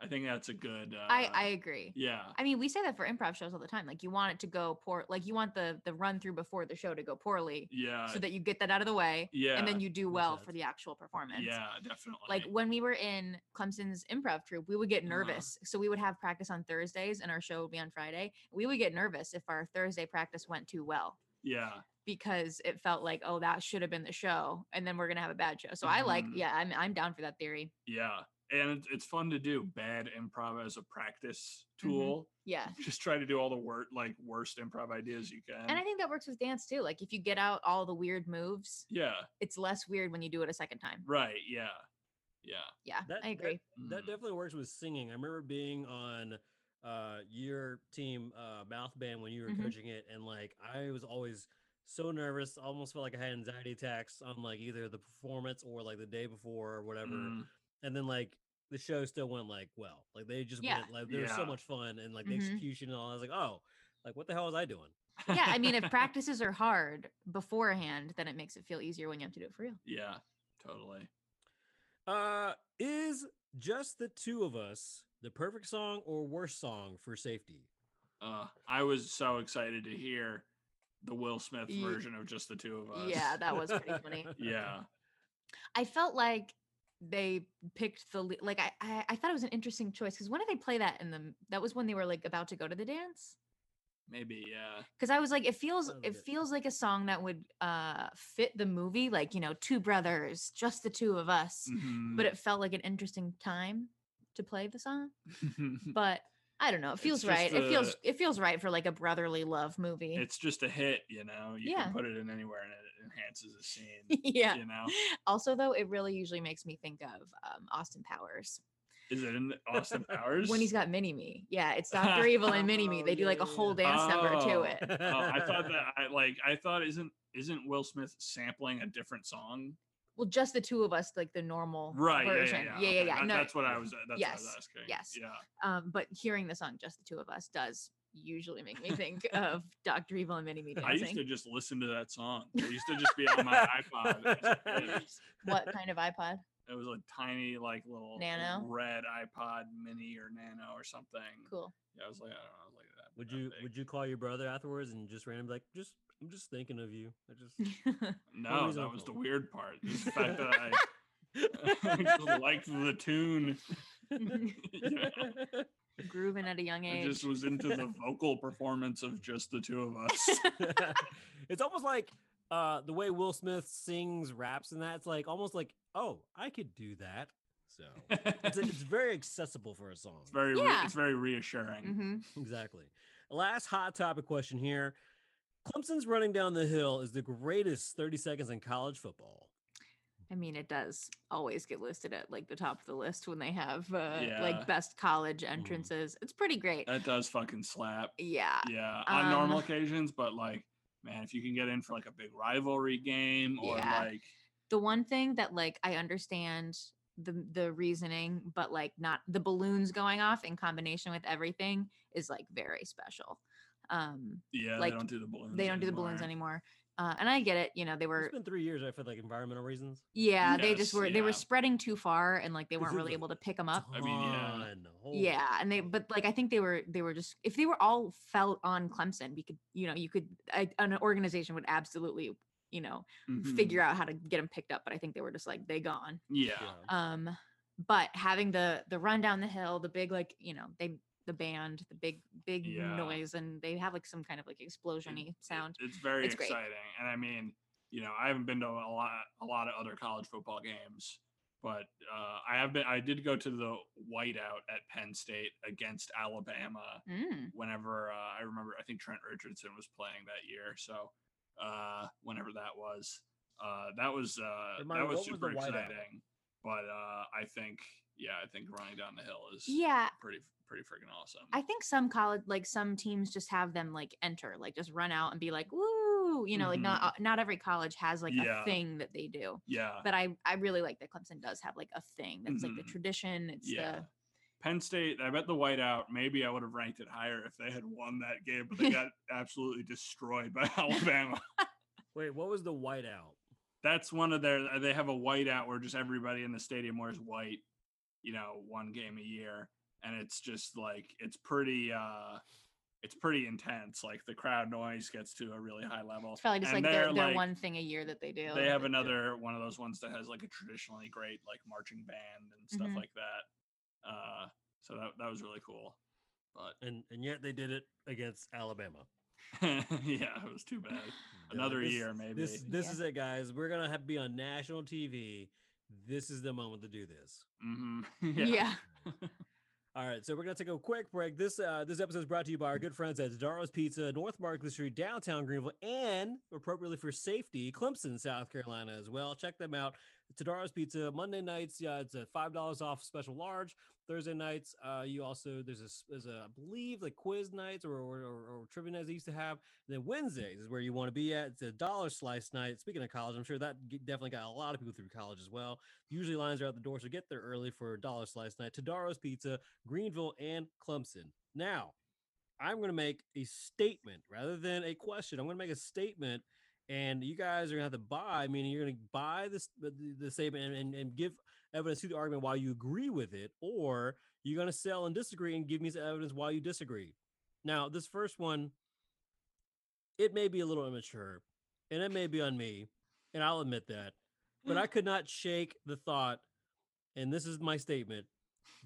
Speaker 2: I think that's a good. Uh,
Speaker 3: I I agree.
Speaker 2: yeah,
Speaker 3: I mean, we say that for improv shows all the time. Like you want it to go poor, like you want the the run through before the show to go poorly,
Speaker 2: yeah,
Speaker 3: so that you get that out of the way,
Speaker 2: yeah,
Speaker 3: and then you do
Speaker 1: makes
Speaker 3: well for
Speaker 1: sense.
Speaker 3: the actual performance.
Speaker 2: yeah, definitely.
Speaker 3: Like when we were in Clemson's improv troupe, we would get
Speaker 2: Uh-huh.
Speaker 3: nervous. So we would have practice on Thursdays and our show would be on Friday. We would get nervous if our Thursday practice went too well
Speaker 2: yeah,
Speaker 3: because it felt like, oh, that should have been the show. And then we're going to have a bad show. So I like,
Speaker 1: Mm-hmm.
Speaker 2: Mhm.
Speaker 3: yeah, I'm, I'm down for that theory.
Speaker 2: yeah, and it's, it's fun to do bad improv as a practice
Speaker 3: Mhm.
Speaker 2: tool.
Speaker 3: Yeah.
Speaker 2: Just try to do all the wor- like worst improv ideas you can.
Speaker 3: And I think that works with dance too. Like if you get out all the weird moves,
Speaker 2: yeah,
Speaker 3: it's less weird when you do it a second time.
Speaker 2: right, yeah, yeah.
Speaker 3: Yeah,
Speaker 1: That-
Speaker 3: I
Speaker 1: that-
Speaker 3: agree.
Speaker 1: That
Speaker 2: Mhm.
Speaker 1: definitely works with singing. I remember being on uh your team uh mouth band when you were
Speaker 3: Mhm.
Speaker 1: coaching it and like I was always so nervous, almost felt like I had anxiety attacks on like either the performance or like the day before or whatever.
Speaker 2: Mm,
Speaker 1: And then like the show still went like well. Like they just
Speaker 3: Yeah.
Speaker 1: went like there was so
Speaker 2: Yeah.
Speaker 1: much fun and like the
Speaker 3: Mhm.
Speaker 1: execution and all. I was like, "Oh, like what the hell was I doing?"
Speaker 3: yeah, I mean, if practices are hard beforehand, then it makes it feel easier when you have to do it for real.
Speaker 2: yeah, totally.
Speaker 1: Uh is just the two of us the perfect song or worst song for safety?
Speaker 2: Uh, I was so excited to hear the Will Smith
Speaker 3: Ye-
Speaker 2: version of just the two of us.
Speaker 3: Yeah, that was pretty funny.
Speaker 2: Yeah.
Speaker 3: I felt like they picked the lea- like I I, I thought it was an interesting choice because when did they play that in the m- that was when they were like about to go to the dance
Speaker 2: Maybe. Yeah.
Speaker 3: because I was like it feels
Speaker 1: Oh,
Speaker 3: it
Speaker 1: yeah.
Speaker 3: feels like a song that would uh fit the movie like you know two brothers just the two of us
Speaker 2: Mm-hmm.
Speaker 3: but it felt like an interesting time to play the song
Speaker 2: Mhm.
Speaker 3: but I don't know it
Speaker 2: It's
Speaker 3: feels
Speaker 2: just
Speaker 3: right it feels
Speaker 2: a-
Speaker 3: it feels right for like a brotherly love movie
Speaker 2: it's just a hit, you know. You
Speaker 3: Yeah.
Speaker 2: can put it in anywhere and it enhances a scene.
Speaker 3: yeah
Speaker 2: You know,
Speaker 3: also though it really usually makes me think of um, austin powers
Speaker 2: is it in the- Austin Powers?
Speaker 3: when he's got mini me yeah it's dr evil and mini me
Speaker 1: Oh,
Speaker 3: they do
Speaker 1: yeah,
Speaker 3: like a
Speaker 1: yeah,
Speaker 3: whole
Speaker 1: yeah.
Speaker 3: dance number to
Speaker 2: Oh.
Speaker 3: it
Speaker 2: Oh, I thought that I like. I thought isn't isn't Will Smith sampling a different song?
Speaker 3: well just the two of us like the normal
Speaker 2: Right. Yeah. Yeah.
Speaker 3: version
Speaker 2: Yeah.
Speaker 3: yeah yeah,
Speaker 2: okay, that-
Speaker 3: no
Speaker 2: that's what I was. That's what I
Speaker 3: Yes,
Speaker 2: was asking.
Speaker 3: yes.
Speaker 2: Yeah.
Speaker 3: um but hearing the song just the two of us does usually make me think of dr evil and mini
Speaker 2: I
Speaker 3: me
Speaker 2: used to
Speaker 3: dancing
Speaker 2: just listen to that song. It used to just be on my iPod. as a kid.
Speaker 3: what kind of ipod
Speaker 2: It was a tiny, like little
Speaker 3: Nano?
Speaker 2: red iPod Mini or Nano or something.
Speaker 3: cool
Speaker 2: Yeah, I was like, I don't know, I was like that.
Speaker 1: Would
Speaker 2: that
Speaker 1: you
Speaker 2: big.
Speaker 1: would you call your brother afterwards and just randomly like just I'm just thinking of you. I just
Speaker 3: yeah
Speaker 2: No,
Speaker 1: always
Speaker 2: that
Speaker 1: on
Speaker 2: was the
Speaker 1: hold?
Speaker 2: weird part. Just the fact that I, I just liked the tune. Yeah,
Speaker 3: grooving at a young
Speaker 2: I
Speaker 3: age
Speaker 2: just was into the vocal performance of just the two of us.
Speaker 1: it's almost like uh the way Will Smith sings raps and that it's like almost like oh I could do that. So it's,
Speaker 2: it's
Speaker 1: it's very accessible for a song.
Speaker 2: very, re-
Speaker 3: Yeah.
Speaker 2: it's very reassuring.
Speaker 3: hmm
Speaker 1: Exactly. Last hot topic question here. Clemson's running down the hill is the greatest 30 seconds in college football.
Speaker 3: I mean, it does always get listed at like the top of the list when they have uh,
Speaker 2: Yeah. Mm-hmm. Uh,
Speaker 3: like best college entrances. It's pretty great.
Speaker 2: That does fucking slap.
Speaker 3: yeah.
Speaker 2: Yeah, on normal
Speaker 3: Um,
Speaker 2: occasions, but like, man, if you can get in for like a big rivalry game or
Speaker 3: Yeah.
Speaker 2: like,
Speaker 3: The one thing that like I understand the the reasoning, but like not the balloons going off in combination with everything is like very special. Um,
Speaker 2: Yeah,
Speaker 3: Like,
Speaker 2: they don't do the balloons.
Speaker 3: they don't do the balloons anymore. Uh, and I get it. You know, they were
Speaker 1: It's been three years, right, for like environmental reasons.
Speaker 3: yeah, they
Speaker 2: Yes,
Speaker 3: just were they were
Speaker 2: yeah.
Speaker 3: spreading too far, and like they
Speaker 1: This
Speaker 3: weren't
Speaker 1: is
Speaker 3: really
Speaker 1: a
Speaker 3: able to pick them up.
Speaker 2: I mean, yeah.
Speaker 1: Ton. Holy
Speaker 3: Uh-huh. Yeah, and they but like I think they were they were just if they were all felt on Clemson, we could you know you could I, an organization would absolutely you know
Speaker 2: Mhm.
Speaker 3: figure
Speaker 1: Mm-hmm.
Speaker 3: out how to get them picked up. But I think they were just like they gone.
Speaker 2: Yeah.
Speaker 1: yeah.
Speaker 3: um but having the the run down the hill the big like you know they the band the big big
Speaker 2: Yeah.
Speaker 3: noise and they have like some kind of like explosiony
Speaker 2: it-
Speaker 3: sound
Speaker 2: It's very
Speaker 3: It's great.
Speaker 2: exciting, and I mean, you know, I haven't been to a lot a lot of other college football games, but uh, I have been. I did go to the whiteout at Penn State against Alabama.
Speaker 3: mm.
Speaker 2: Whenever uh, I remember, I think Trent Richardson was playing that year. So uh, whenever that was, uh, that was uh,
Speaker 1: Remind me,
Speaker 2: that was
Speaker 1: what was the
Speaker 2: super
Speaker 1: whiteout?
Speaker 2: exciting. But uh, I think, yeah, I think running down the hill is
Speaker 3: yeah
Speaker 2: pretty pretty freaking awesome.
Speaker 3: i think some college like some teams just have them like enter like just run out and be like woo you know like not uh, not every college has like
Speaker 2: Mm-hmm. Yeah.
Speaker 3: a thing that they do
Speaker 2: yeah,
Speaker 3: but i i really like that clemson does have like a thing that's like
Speaker 2: Mhm.
Speaker 3: the tradition it's
Speaker 2: Yeah.
Speaker 3: the
Speaker 2: Penn State, I bet the whiteout, maybe I would have ranked it higher if they had won that game, but they got absolutely destroyed by Alabama.
Speaker 1: Wait, what was the whiteout?
Speaker 2: That's one of their, they have a whiteout where just everybody in the stadium wears white, you know, one game a year. And it's just like, it's pretty, uh, it's pretty intense. Like the crowd noise gets to a really high level.
Speaker 3: it's probably just
Speaker 2: And
Speaker 3: like their,
Speaker 2: they're,
Speaker 3: their
Speaker 2: like-
Speaker 3: one thing a year that they do
Speaker 2: They have
Speaker 1: Yeah.
Speaker 2: another one of those ones that has like a traditionally great like marching band and stuff
Speaker 3: Mhm.
Speaker 2: like that. Uh, so that, that was really cool. But
Speaker 1: And and yet they did it against Alabama.
Speaker 2: yeah, it was too bad.
Speaker 1: They're like,
Speaker 2: Another
Speaker 1: "This-
Speaker 2: year, maybe."
Speaker 1: This this
Speaker 3: Yeah.
Speaker 1: is it, guys. We're gonna have to be on national TV. This is the moment to do this.
Speaker 2: hmm
Speaker 3: yeah.
Speaker 1: All right, so we're gonna take a quick break. This uh, this episode is brought to you by our good friends at Zadaro's Pizza, North Market Street, downtown Greenville, and appropriately for safety, Clemson, South Carolina as well. Check them out. Tadaro's Pizza Monday nights, yeah, it's a five dollars off special large. Thursday nights, uh, you also there's a s- there's a I believe like quiz nights or or, or, or trivia nights they used to have. And then Wednesdays is where you want to be at. It's a dollar slice night. Speaking of college, I'm sure that g- definitely got a lot of people through college as well. Usually lines are out the door, so get there early for dollar slice night. Tadaro's Pizza, Greenville, and Clemson. Now, I'm going to make a statement rather than a question. I'm going to make a statement, and you guys are going to have to buy, meaning you're going to buy this the, the statement and, and, and give evidence to the argument why you agree with it, or you're going to sell and disagree and give me some evidence why you disagree. Now, this first one, it may be a little immature, and it may be on me, and I'll admit that, but I could not shake the thought, and this is my statement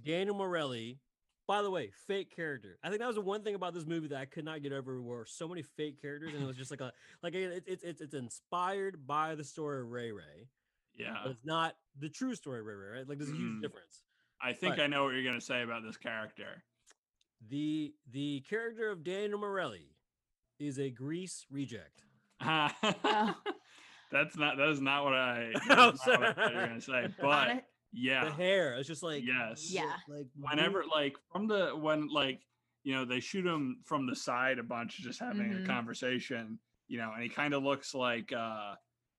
Speaker 1: Daniel Morelli. By the way, fake character. I think that was the one thing about this movie that I could not get over. Were so many fake characters, and it was just like a like again, it's it's it's it's inspired by the story of Ray Ray,
Speaker 2: yeah,
Speaker 1: but it's not the true story of Ray Ray. Right? Like there's a huge
Speaker 2: Mhm.
Speaker 1: difference.
Speaker 2: I think
Speaker 1: but-
Speaker 2: I know what you're gonna say about this character.
Speaker 1: the The character of Daniel Morelli is a Grease reject.
Speaker 3: Oh.
Speaker 2: That's not that is not what I. that is
Speaker 1: Oh,
Speaker 2: not what I thought you were
Speaker 1: sorry.
Speaker 2: gonna say,
Speaker 3: Hone-
Speaker 2: but
Speaker 1: The
Speaker 2: yeah,
Speaker 1: hair, it's just like
Speaker 2: Yes.
Speaker 3: Yeah.
Speaker 1: like
Speaker 2: whenever like from the when like you know they shoot him from the side a bunch, just having
Speaker 3: Mhm.
Speaker 2: a conversation, you know, and he kind of looks like uh,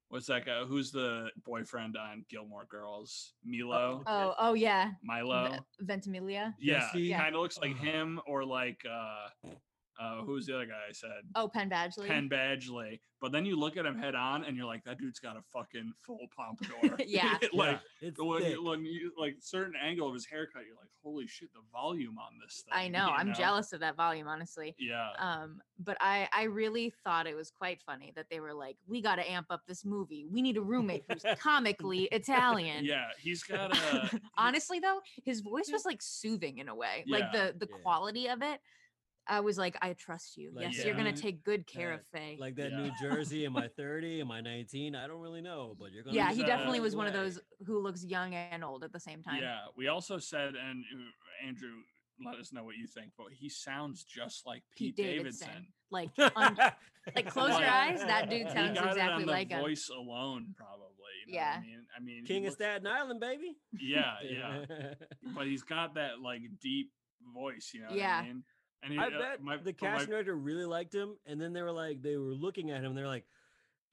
Speaker 2: what's that guy? Who's the boyfriend on Gilmore Girls? Milo,
Speaker 3: oh oh yeah
Speaker 2: Milo.
Speaker 3: Ve- Ventimiglia
Speaker 2: yeah,
Speaker 1: Jesse.
Speaker 2: he
Speaker 3: Yeah.
Speaker 2: kind of looks like
Speaker 1: Ugh.
Speaker 2: him, or like uh, uh, who's the other guy? I said
Speaker 3: oh Penn Badgley
Speaker 2: Penn Badgley, but then you look at him head on and you're like, that dude's got a fucking full pompadour.
Speaker 3: Yeah.
Speaker 2: like
Speaker 1: yeah, it's
Speaker 2: when
Speaker 1: thick.
Speaker 2: you, when you like certain angle of his haircut, you're like, holy shit, the volume on this thing.
Speaker 3: I know
Speaker 2: you
Speaker 3: I'm jealous of that volume honestly
Speaker 2: Yeah.
Speaker 3: um but I I really thought it was quite funny that they were like we got to amp up this movie we need a roommate who's comically Italian
Speaker 2: Yeah, he's got a
Speaker 3: honestly though his voice was like soothing in a way like
Speaker 2: Yeah.
Speaker 3: the the
Speaker 1: Yeah.
Speaker 3: quality of it I was like I trust you
Speaker 1: Like,
Speaker 3: yes you're gonna
Speaker 2: yeah.
Speaker 3: take good care of Faye
Speaker 1: like that
Speaker 2: Yeah.
Speaker 1: New Jersey. Am I 30? Am I 19? I don't really know, but you're gonna.
Speaker 3: yeah
Speaker 1: be
Speaker 3: he
Speaker 2: he's,
Speaker 1: set
Speaker 3: definitely
Speaker 1: either
Speaker 2: uh,
Speaker 3: was one of
Speaker 1: way.
Speaker 3: those who looks young and old at the same time
Speaker 2: yeah. We also said, and uh, Andrew, let us know what you think, but he sounds just like Pete,
Speaker 3: Pete Davidson.
Speaker 2: Davidson.
Speaker 3: like un- like, close your
Speaker 2: Like,
Speaker 3: eyes, that dude
Speaker 2: he
Speaker 3: sounds
Speaker 2: got
Speaker 3: exactly
Speaker 2: it on
Speaker 3: like
Speaker 2: the
Speaker 3: him.
Speaker 2: voice alone, probably. You know
Speaker 3: Yeah.
Speaker 2: What I mean, I mean, he
Speaker 1: King of
Speaker 2: looks-
Speaker 1: Staten Island, baby.
Speaker 2: Yeah, yeah. but he's got that like deep voice, you know. what I
Speaker 3: Yeah.
Speaker 2: mean? And he,
Speaker 1: I
Speaker 2: uh,
Speaker 1: bet
Speaker 2: my-
Speaker 1: the
Speaker 2: but my-
Speaker 1: casting director really liked him, and then they were like, they were looking at him, and they're like,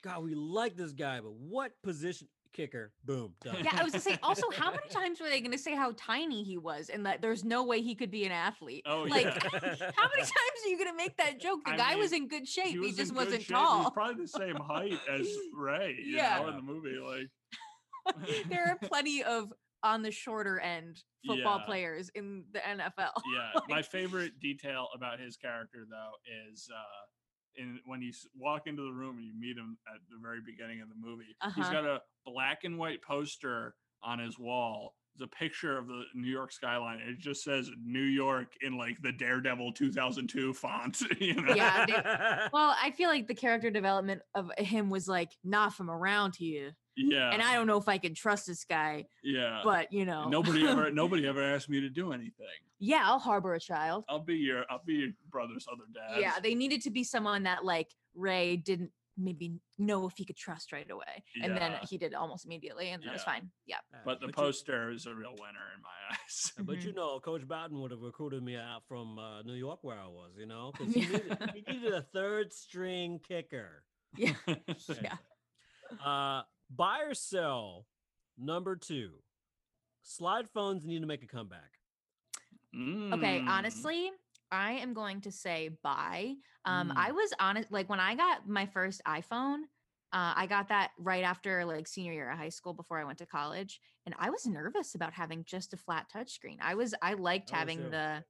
Speaker 1: "God, we like this guy, but what position kicker. Boom. Done.
Speaker 3: Yeah, I was gonna say. Also, how many times were they gonna say how tiny he was and that there's no way he could be an athlete?
Speaker 2: Oh,
Speaker 3: like,
Speaker 2: yeah.
Speaker 3: how many times are you gonna make that joke? The
Speaker 2: I
Speaker 3: guy was
Speaker 2: mean,
Speaker 3: in good shape. He,
Speaker 2: was
Speaker 3: just
Speaker 2: in good
Speaker 3: wasn't
Speaker 2: shape. He was
Speaker 3: tall.
Speaker 2: probably the same height as Ray. you
Speaker 3: Yeah.
Speaker 2: know, in the movie, like
Speaker 3: there are plenty of on the shorter end football
Speaker 2: Yeah.
Speaker 3: players in the NFL.
Speaker 2: yeah. My
Speaker 3: Like-
Speaker 2: favorite detail about his character though is uh, in when you s- walk into the room and you meet him at the very beginning of the movie. He's
Speaker 3: Uh-huh.
Speaker 2: got a black and white poster on his wall. It's a picture of the New York skyline. It just says New York in like the Daredevil 2002 font. You know?
Speaker 3: Yeah, Well, I feel like the character development of him was like not from around here,
Speaker 2: Yeah.
Speaker 3: and I don't know if I can trust this guy.
Speaker 2: yeah.
Speaker 3: But you know,
Speaker 2: And Uh, nobody ever nobody ever asked me to do anything.
Speaker 3: yeah, I'll harbor a child.
Speaker 2: I'll be your I'll be your brother's other dad.
Speaker 3: yeah, they needed to be someone that like Ray didn't maybe know if he could trust right away, and then
Speaker 2: Yeah.
Speaker 3: he did almost immediately, and that was
Speaker 2: Yeah.
Speaker 3: fine. Yeah,
Speaker 2: but the
Speaker 1: you-
Speaker 2: poster is a real winner in my eyes.
Speaker 1: But
Speaker 3: mm-hmm.
Speaker 1: you know, Coach Bowden would have recruited me out from uh, New York, where I was. You know, 'cause he, needed, he needed a third string kicker.
Speaker 3: yeah,
Speaker 1: Anyway.
Speaker 3: yeah.
Speaker 1: Uh, buy or sell. Number two, slide phones need to make a comeback.
Speaker 3: Okay,
Speaker 2: Mm.
Speaker 3: honestly, I am going to say bye. Um,
Speaker 1: Mm.
Speaker 3: I was honest, like when I got my first iPhone, uh, I got that right after like senior year of high school before I went to college, and I was nervous about having just a flat touchscreen. I was, I
Speaker 1: I
Speaker 3: liked
Speaker 1: was
Speaker 3: having
Speaker 1: too.
Speaker 3: the.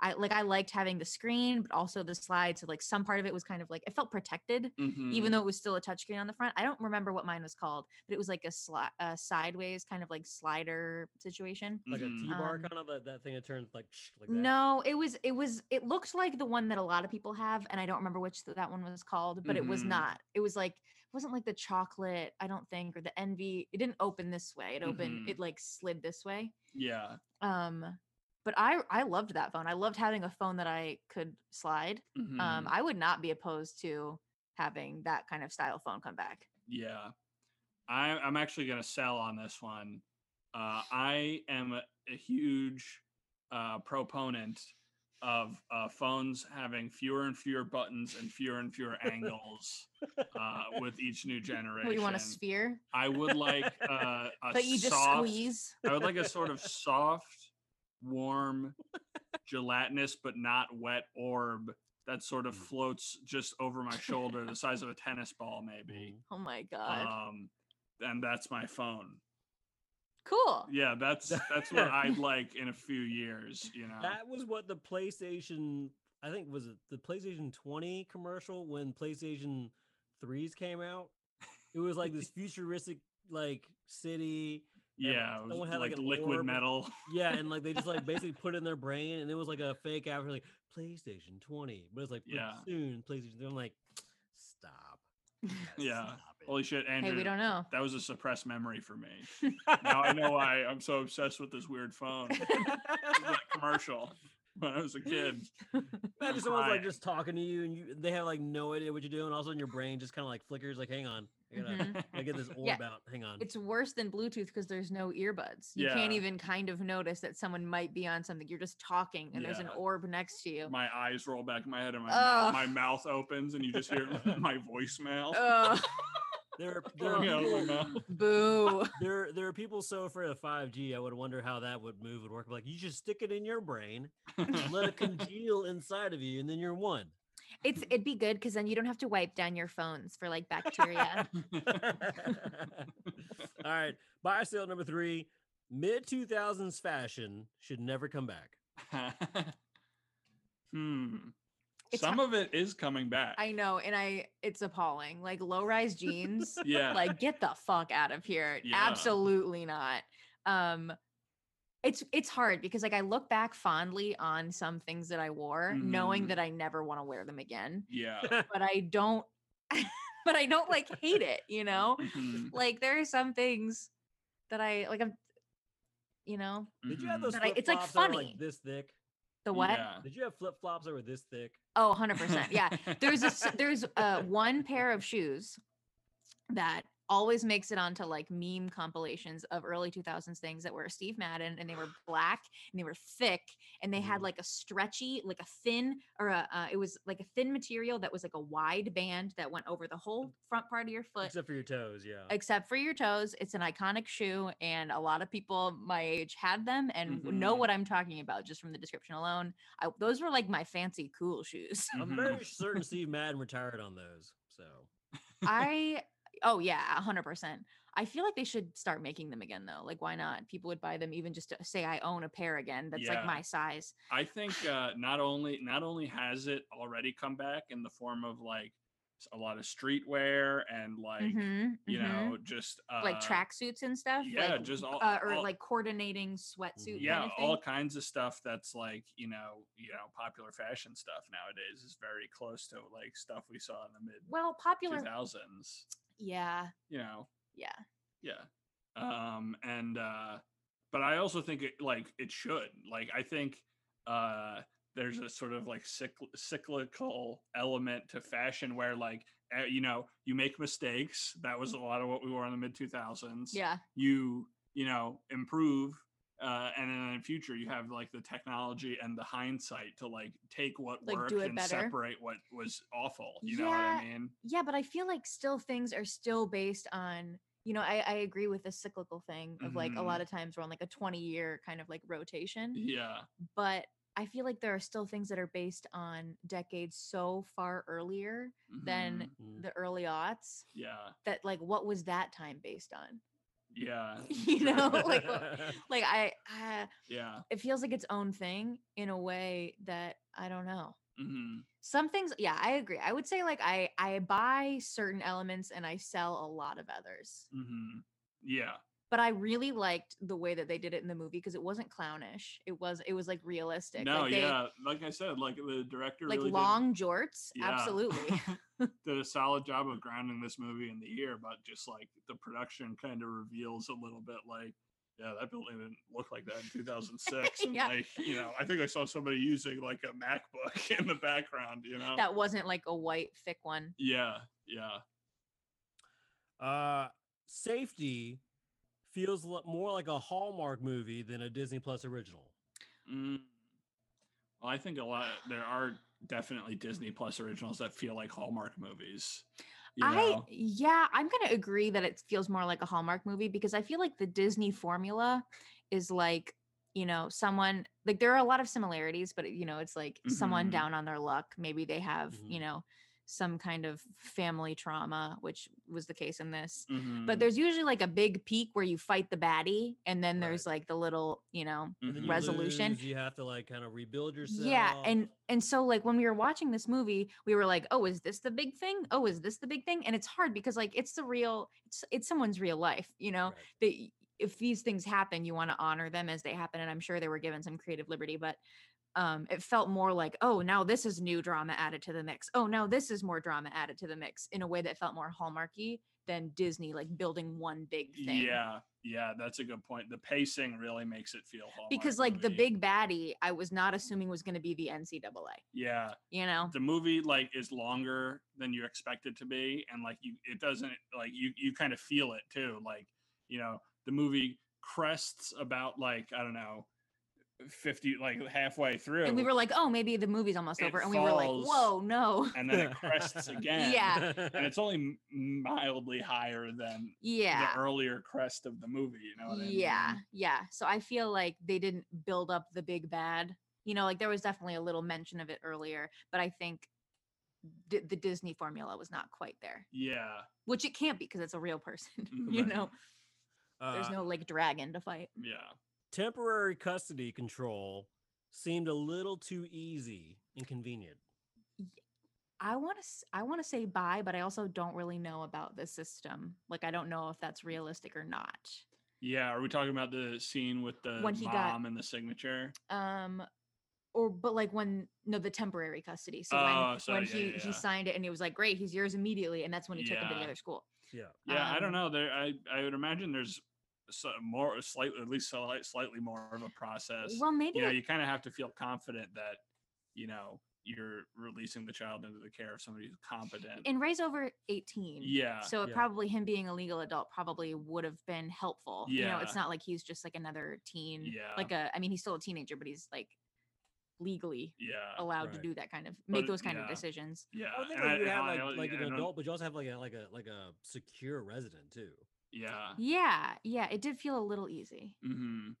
Speaker 3: I like I liked having the screen, but also the slides. So like some part of it was kind of like it felt protected, even
Speaker 2: Mhm.
Speaker 1: Mm.
Speaker 3: though it was still a touchscreen on the front. I don't remember what mine was called, but it was like a, sli- a sideways kind of like slider situation.
Speaker 1: Like
Speaker 2: Mhm.
Speaker 1: a T bar
Speaker 3: Um,
Speaker 1: kind of that, that thing that turns like sh- like that.
Speaker 3: No, it was it was it looked like the one that a lot of people have, and I don't remember which th- that one was called, but it was
Speaker 1: Mm-hmm.
Speaker 2: Mhm.
Speaker 3: not. It was like it wasn't like the chocolate, I don't think, or the envy. It didn't open this way. It opened
Speaker 1: Mm-hmm.
Speaker 2: Mhm.
Speaker 3: it like slid this way.
Speaker 2: yeah.
Speaker 3: Um, but I I loved that phone. I loved having a phone that I could slide.
Speaker 2: mhm,
Speaker 3: Um,
Speaker 1: Mm-hmm.
Speaker 3: I would not be opposed to having that kind of style phone come back.
Speaker 2: yeah. I, I'm actually gonna sell on this one. Uh, I am a, a huge uh, proponent of uh, phones having fewer and fewer buttons and fewer and fewer angles uh, with each new generation.
Speaker 3: What you want a sphere,
Speaker 2: I would like uh, a
Speaker 3: but you just
Speaker 2: soft,
Speaker 3: squeeze.
Speaker 2: I would like a sort of soft, warm, gelatinous but not wet orb that sort of
Speaker 1: Mm.
Speaker 2: floats just over my shoulder, the size of a tennis ball, maybe.
Speaker 1: Mhm.
Speaker 3: Oh my god,
Speaker 2: Um, and that's my phone.
Speaker 3: cool.
Speaker 2: Yeah, that's that's what I'd like in a few years. You know.
Speaker 1: That was what the PlayStation. I think was it the PlayStation 20 commercial when PlayStation 3s came out. It was like this futuristic like city. and, like,
Speaker 2: yeah, it was
Speaker 1: someone
Speaker 2: like,
Speaker 1: had, like, an
Speaker 2: liquid
Speaker 1: orb.
Speaker 2: metal.
Speaker 1: Yeah, and like they just like basically put it in their brain, and it was like a fake after like PlayStation 20, but it's like "But
Speaker 2: Yeah.
Speaker 1: soon PlayStation. 3." I'm like, stop. guys,
Speaker 2: Yeah.
Speaker 1: stop it."
Speaker 2: Holy shit, Andrew!
Speaker 3: Hey, we don't know.
Speaker 2: That was a suppressed memory for me. now I know why I'm so obsessed with this weird phone. It was that commercial when I was a kid.
Speaker 1: Imagine
Speaker 2: I'm
Speaker 1: someone's like
Speaker 2: crying.
Speaker 1: just talking to you, and you they have like no idea what you're doing. All of a sudden, your brain just kind of like flickers. Like, hang on, I gotta,
Speaker 3: Mhm.
Speaker 1: I gotta get this
Speaker 3: Yeah.
Speaker 1: orb out. Hang on.
Speaker 3: it's worse than Bluetooth because there's no earbuds. You can't
Speaker 2: Yeah.
Speaker 3: even kind of notice that someone might be on something. You're just talking and there's an
Speaker 2: Yeah.
Speaker 3: orb next to you.
Speaker 2: my eyes roll back in my head and my, mouth,
Speaker 3: Ugh.
Speaker 2: my mouth opens and you just hear my voicemail.
Speaker 3: Ugh,
Speaker 1: There are, there, are
Speaker 2: coming out of my
Speaker 1: people,
Speaker 2: mouth.
Speaker 3: boo.
Speaker 1: there, are- there are people so afraid of 5G. I would wonder how that would move would work. Like, you just stick it in your brain, let it congeal inside of you, and then you're one.
Speaker 3: It's it'd be good because then you don't have to wipe down your phones for like bacteria.
Speaker 1: All right, buy or sell number three. Mid 2000s fashion should never come back.
Speaker 2: hmm.
Speaker 3: It's
Speaker 2: Some
Speaker 3: ho-
Speaker 2: of it is coming back.
Speaker 3: I know, and I it's appalling. Like low rise jeans.
Speaker 2: yeah.
Speaker 3: like get the fuck out of here
Speaker 2: Yeah.
Speaker 3: absolutely not um it's it's hard because like i look back fondly on some things that i wore knowing
Speaker 2: Mhm.
Speaker 3: that i never want to wear them again
Speaker 2: yeah.
Speaker 3: but i don't but i don't like hate it you know
Speaker 2: Mhm,
Speaker 3: like there are some things that i like i'm you know
Speaker 1: Did you have
Speaker 2: mhm.
Speaker 1: those?
Speaker 3: Mm-hmm. But I- it's, like,
Speaker 1: flip-flops that were,
Speaker 3: funny.
Speaker 1: like this thick.
Speaker 3: the what
Speaker 2: Yeah.
Speaker 1: Did you have flip flops that were this thick?
Speaker 3: oh 100% yeah there's a s- there's uh one pair of shoes that always makes it onto like meme compilations of early 2000s things that were Steve Madden and they were black and they were thick and they had like a stretchy, like a thin or a, uh, it was like a thin material that was like a wide band that went over the whole front part of your foot.
Speaker 1: Except for your toes, yeah.
Speaker 3: Except for your toes, it's an iconic shoe, and a lot of people my age had them and w- know
Speaker 2: Mhm.
Speaker 3: what I'm talking about just from the description alone. I, those were like my fancy cool shoes.
Speaker 2: Mm-hmm.
Speaker 1: I'm very certain Steve Madden retired on those. So
Speaker 3: I oh yeah, a hundred percent. I feel like they should start making them again though. Like why not? People would buy them even just to say I own a pair again. That's
Speaker 2: Yeah.
Speaker 3: like my size.
Speaker 2: I think uh, not only not only has it already come back in the form of like s- a lot of streetwear and like
Speaker 3: Mhm,
Speaker 2: you
Speaker 3: mhm.
Speaker 2: know just uh,
Speaker 3: like tracksuits and stuff.
Speaker 2: yeah,
Speaker 3: like,
Speaker 2: just all-
Speaker 3: uh, or
Speaker 2: all-
Speaker 3: like coordinating sweatsuit.
Speaker 2: yeah
Speaker 3: kind of
Speaker 2: all
Speaker 3: thing.
Speaker 2: kinds of stuff that's like you know you know popular fashion stuff nowadays is very close to like stuff we saw in the mid
Speaker 3: Well, popular.
Speaker 2: 2000s
Speaker 3: Yeah,
Speaker 2: you know
Speaker 3: yeah.
Speaker 2: yeah um and uh but i also think it like it should like i think uh there's a sort of like cycl- cyclical element to fashion where like eh, you know you make mistakes that was a lot of what we were in the mid 2000s
Speaker 3: Yeah.
Speaker 2: you you know improve uh, and then in the future you have like the technology and the hindsight to like take what
Speaker 3: Like,
Speaker 2: worked
Speaker 3: do it
Speaker 2: and
Speaker 3: better.
Speaker 2: separate what was awful you know what i mean
Speaker 3: yeah but i feel like still things are still based on you know i, I agree with the cyclical thing of like
Speaker 2: Mm-hmm.
Speaker 3: a lot of times we're on like a 20 year kind of like rotation
Speaker 2: yeah
Speaker 3: but i feel like there are still things that are based on decades so far earlier Then-
Speaker 2: mhm,
Speaker 1: mm.
Speaker 3: the early aughts
Speaker 2: yeah
Speaker 3: that like what was that time based on
Speaker 2: yeah
Speaker 3: you
Speaker 2: true.
Speaker 3: know like what- like i uh,
Speaker 2: yeah
Speaker 3: it feels like its own thing in a way that i don't know
Speaker 2: hmm
Speaker 3: some things yeah i agree i would say like i i buy certain elements and i sell a lot of others
Speaker 2: hmm yeah
Speaker 3: but I really liked the way that they did it in the movie because it wasn't clownish. It was it was like realistic.
Speaker 2: no
Speaker 3: like they,
Speaker 2: yeah like i said like the director
Speaker 3: Like
Speaker 2: really did-
Speaker 3: long jorts,
Speaker 2: Yeah.
Speaker 3: absolutely.
Speaker 2: did a solid job of grounding this movie in the year but just like the production kind of reveals a little bit like yeah that building didn't look like that in 2006 and
Speaker 3: Yeah.
Speaker 2: like you know i think i saw somebody using like a macbook in the background you know
Speaker 3: that wasn't like a white thick one.
Speaker 2: yeah yeah
Speaker 1: uh, safety feels lo- more like a Hallmark movie than a Disney Plus original.
Speaker 2: Mm. Well, I think a lot there are definitely Disney Plus originals that feel like Hallmark movies. You
Speaker 3: I
Speaker 2: know?
Speaker 3: yeah, I'm gonna agree that it feels more like a Hallmark movie because I feel like the Disney formula is like you know someone like there are a lot of similarities, but you know it's like someone
Speaker 2: Mhm.
Speaker 3: down on their luck. Maybe they have you
Speaker 2: Mm-hmm.
Speaker 1: Mhm.
Speaker 3: know some kind of family trauma, which was the case in this.
Speaker 2: Mhm,
Speaker 3: but there's usually like a big peak where you fight the baddie and then
Speaker 1: Right.
Speaker 3: there's like the little you know
Speaker 1: And then
Speaker 2: mhm.
Speaker 1: you
Speaker 3: Resolution.
Speaker 1: lose, you have to like kind of rebuild yourself.
Speaker 3: yeah and and so like when we were watching this movie we were like oh is this the big thing oh is this the big thing and it's hard because like it's the real it's it's someone's real life you know
Speaker 1: Right.
Speaker 3: that if these things happen you want to honor them as they happen and i'm sure they were given some creative liberty but um it felt more like oh now this is new drama added to the mix oh now this is more drama added to the mix in a way that felt more hallmarky than disney like building one big thing
Speaker 2: yeah, yeah, that's a good point. The pacing really makes it feel Hallmark
Speaker 3: because like the
Speaker 2: movie.
Speaker 3: big baddie i was not assuming was going to be the ncaa
Speaker 2: yeah,
Speaker 3: you know
Speaker 2: the movie like is longer than you expect it to be, and like you, it doesn't like you you kind of feel it too. Like you know, the movie crests about like I don't know, fifty like halfway through,
Speaker 3: and we were like oh maybe the movie's almost
Speaker 2: It
Speaker 3: over and we were like
Speaker 2: falls.
Speaker 3: whoa no
Speaker 2: and then it crests again.
Speaker 3: Yeah.
Speaker 2: and it's only m- mildly higher than
Speaker 3: yeah
Speaker 2: the earlier crest of the movie. You know what I mean?
Speaker 3: yeah yeah so i feel like they didn't build up the big bad you know like there was definitely a little mention of it earlier but i think di- the disney formula was not quite there
Speaker 2: Yeah.
Speaker 3: which it can't be because it's a real person you
Speaker 2: Right.
Speaker 3: know there's
Speaker 1: Uh,
Speaker 3: no like dragon to fight
Speaker 2: Yeah.
Speaker 1: temporary custody control seemed a little too easy and convenient.
Speaker 3: I want to I want to say bye, but I also don't really know about the system. Like I don't know if that's realistic or not.
Speaker 2: Yeah. Are we talking about the scene with the
Speaker 3: When he
Speaker 2: mom
Speaker 3: got-
Speaker 2: and the signature?
Speaker 3: Um or but like when no the temporary custody. So
Speaker 2: Oh,
Speaker 3: when
Speaker 2: so
Speaker 3: when
Speaker 2: yeah,
Speaker 3: he
Speaker 2: yeah, yeah.
Speaker 3: he signed it and he was like, "Great, he's yours immediately." And that's when he took him to the
Speaker 2: Yeah.
Speaker 3: other school.
Speaker 1: Yeah.
Speaker 2: Yeah. I don't
Speaker 3: Um,
Speaker 2: know. There, I, I would imagine there's so- more, slightly, at least slight- slightly more of a process.
Speaker 3: Well, maybe
Speaker 2: you know,
Speaker 3: it-
Speaker 2: you kind of have to feel confident that, you know, you're releasing the child into the care of somebody who's competent.
Speaker 3: And Ray's over 18.
Speaker 2: yeah.
Speaker 3: So it
Speaker 1: Yeah.
Speaker 3: probably him being a legal adult probably would have been helpful. You know,
Speaker 2: Yeah.
Speaker 3: it's not like he's just like another teen.
Speaker 2: Yeah.
Speaker 3: Like a I mean he's still a teenager, but he's like legally
Speaker 2: yeah.
Speaker 3: allowed to
Speaker 1: right.
Speaker 3: do that kind of make
Speaker 2: But,
Speaker 3: those kind
Speaker 2: yeah.
Speaker 3: of decisions.
Speaker 2: Yeah.
Speaker 1: I would think
Speaker 2: and
Speaker 1: like, you
Speaker 2: and
Speaker 1: have
Speaker 2: I
Speaker 1: like,
Speaker 2: don't-
Speaker 1: like
Speaker 2: yeah,
Speaker 1: an
Speaker 2: I don't-
Speaker 1: adult, but you also have like a like a like a secure resident too.
Speaker 2: Yeah.
Speaker 3: Yeah. Yeah. It did feel a little easy.
Speaker 2: hmm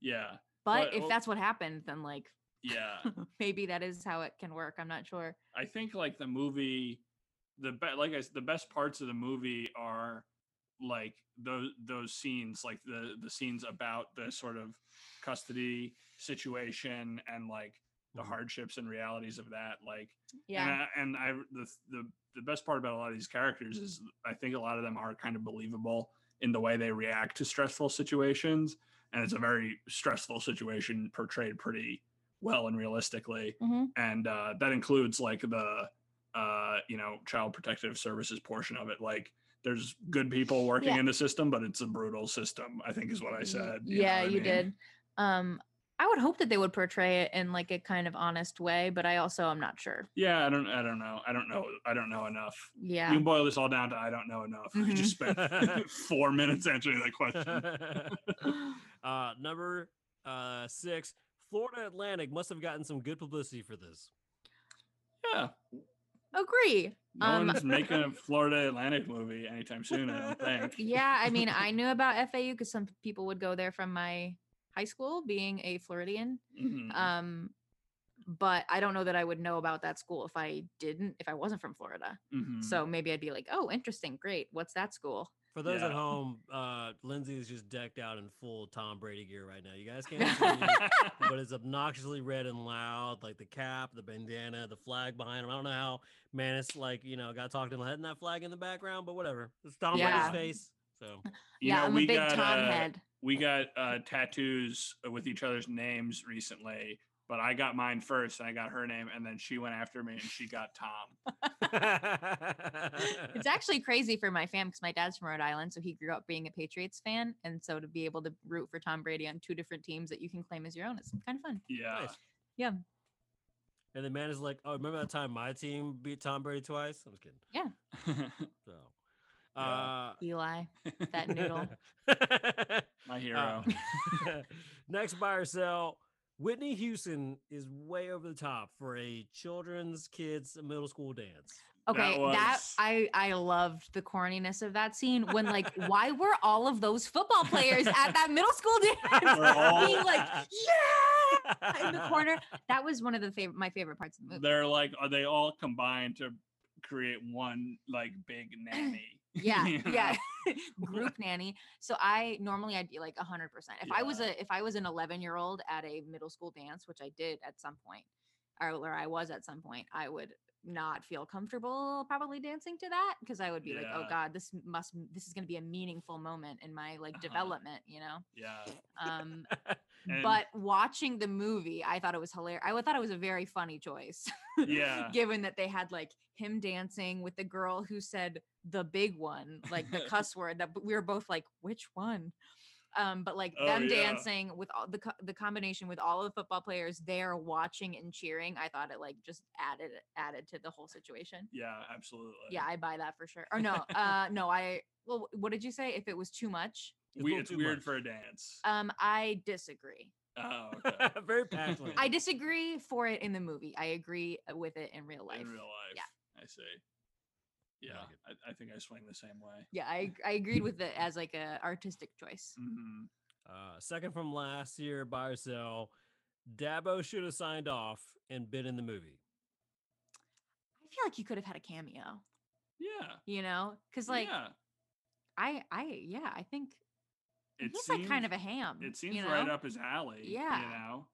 Speaker 2: Yeah.
Speaker 3: But
Speaker 2: But,
Speaker 3: if
Speaker 2: well-
Speaker 3: that's what happened, then like
Speaker 2: Yeah.
Speaker 3: maybe that is how it can work. I'm not sure.
Speaker 2: I think like the movie, the be- like I s- the best parts of the movie are like those those scenes, like the the scenes about the sort of custody situation and like the
Speaker 1: Mhm.
Speaker 2: hardships and realities of that. Like,
Speaker 3: Yeah.
Speaker 2: and I, and I the the the best part about a lot of these characters is I think a lot of them are kind of believable in the way they react to stressful situations, and it's a very stressful situation portrayed pretty well and realistically
Speaker 3: Mhm.
Speaker 2: and uh, that includes like the uh, you know child protective services portion of it. Like there's good people working
Speaker 3: Yeah.
Speaker 2: in the system, but it's a brutal system. I think is what I
Speaker 3: Y-
Speaker 2: said. know
Speaker 3: yeah,
Speaker 2: what I
Speaker 3: you
Speaker 2: mean?
Speaker 3: did. Um I would hope that they would portray it in like a kind of honest way, but I also am not sure.
Speaker 2: Yeah, I don't. I don't know. I don't know. I don't know enough.
Speaker 3: Yeah. Mm-hmm.
Speaker 2: You can boil this all down to I don't know enough. I just spent four minutes answering that question.
Speaker 1: uh, number uh, six, Florida Atlantic must have gotten some good publicity for this.
Speaker 2: Yeah,
Speaker 3: Agree.
Speaker 2: no
Speaker 3: Um,
Speaker 2: one's making a Florida Atlantic movie anytime soon. I don't think.
Speaker 3: Yeah, I mean, I knew about FAU because some people would go there from my high school, being a Floridian.
Speaker 2: Mhm.
Speaker 3: Um, but I don't know that I would know about that school if I didn't, if I wasn't from Florida.
Speaker 2: Mhm.
Speaker 3: So maybe I'd be like, oh, interesting, great. What's that school?
Speaker 1: For those at
Speaker 2: Yeah.
Speaker 1: home, uh, Lindsay is just decked out in full Tom Brady gear right now. You guys can't
Speaker 2: Mm-hmm.
Speaker 1: see, but it's obnoxiously red and loud, like the cap, the bandana, the flag behind him. I don't know how man, it's like you know, got talked in the head and that flag in the background, but whatever. It's Tom
Speaker 3: Yeah.
Speaker 1: Brady's face. So
Speaker 2: You
Speaker 3: yeah,
Speaker 2: know,
Speaker 3: I'm
Speaker 2: we
Speaker 3: a big
Speaker 2: got,
Speaker 3: Tom
Speaker 2: uh,
Speaker 3: head.
Speaker 2: we got uh, tattoos uh, with each other's names recently, but I got mine first and I got her name, and then she went after me and she got Tom.
Speaker 3: It's actually crazy for my fam because my dad's from Rhode Island, so he grew up being a Patriots fan, and so to be able to root for Tom Brady on two different teams that you can claim as your own is kind of fun.
Speaker 2: Yeah.
Speaker 1: Nice.
Speaker 3: Yeah.
Speaker 1: And the man is like, "Oh, remember that time my team beat Tom Brady twice?" I'm just kidding. So,
Speaker 2: Yeah.
Speaker 1: uh,
Speaker 3: Eli, that noodle.
Speaker 2: My
Speaker 1: Uh,
Speaker 2: hero.
Speaker 1: next buy or sell. Whitney Houston is way over the top for a children's kids middle school dance.
Speaker 3: Okay, that,
Speaker 2: was-
Speaker 3: I I loved the corniness of that scene when like why were all of those football players at that middle school dance
Speaker 2: We're all-
Speaker 3: being like yeah in the corner? That was one of the favorite my favorite parts of the movie.
Speaker 2: They're like, are they all combined to create one like big nanny?
Speaker 3: Yeah,
Speaker 2: you
Speaker 3: yeah. Group nanny. So I normally I'd be like 100%. If I was
Speaker 2: Yeah.
Speaker 3: a if I was an 11-year-old at a middle school dance, which I did at some point or, or I was at some point, I would not feel comfortable probably dancing to that because I would be like, "Oh
Speaker 2: Yeah.
Speaker 3: god, this must this is going to be a meaningful moment in my like
Speaker 2: Uh-huh.
Speaker 3: development, you know."
Speaker 2: Yeah.
Speaker 3: Um,
Speaker 2: And-
Speaker 3: but watching the movie, I thought it was hilarious. I thought it was a very funny choice,
Speaker 2: Yeah.
Speaker 3: given that they had like him dancing with the girl who said the big one, like the cuss word that b- we were both like, which one? Um, but like
Speaker 2: Oh,
Speaker 3: them
Speaker 2: yeah.
Speaker 3: dancing with all the co- the combination with all of the football players there watching and cheering, I thought it like just added added to the whole situation.
Speaker 2: Yeah, absolutely.
Speaker 3: Yeah, I buy that for sure. Or no, uh, no, I well, what did you say? If it was too much,
Speaker 1: It's a
Speaker 2: We,
Speaker 1: little
Speaker 2: it's
Speaker 1: too
Speaker 2: weird
Speaker 1: much.
Speaker 2: for a dance.
Speaker 3: um, I disagree.
Speaker 2: oh, okay.
Speaker 1: Very passionate.
Speaker 3: I disagree for it in the movie. I agree uh, with it in real life.
Speaker 2: In real life.
Speaker 3: Yeah.
Speaker 2: I see. Yeah.
Speaker 1: like it.
Speaker 2: I, I think I swing the same way.
Speaker 3: Yeah, I ag- I agreed with it as like a artistic choice.
Speaker 2: hmm
Speaker 1: Uh, second from last year, buy or sell. Dabo should have signed off and been in the movie.
Speaker 3: I feel like you could have had a cameo,
Speaker 2: Yeah.
Speaker 3: you know? Cuz like
Speaker 2: yeah.
Speaker 3: I I yeah, I think
Speaker 2: It
Speaker 3: he's like kind
Speaker 2: seems-
Speaker 3: of a ham.
Speaker 1: Mm.
Speaker 2: It seems
Speaker 3: you
Speaker 2: right
Speaker 3: know?
Speaker 2: up his alley. You
Speaker 3: Yeah.
Speaker 2: know,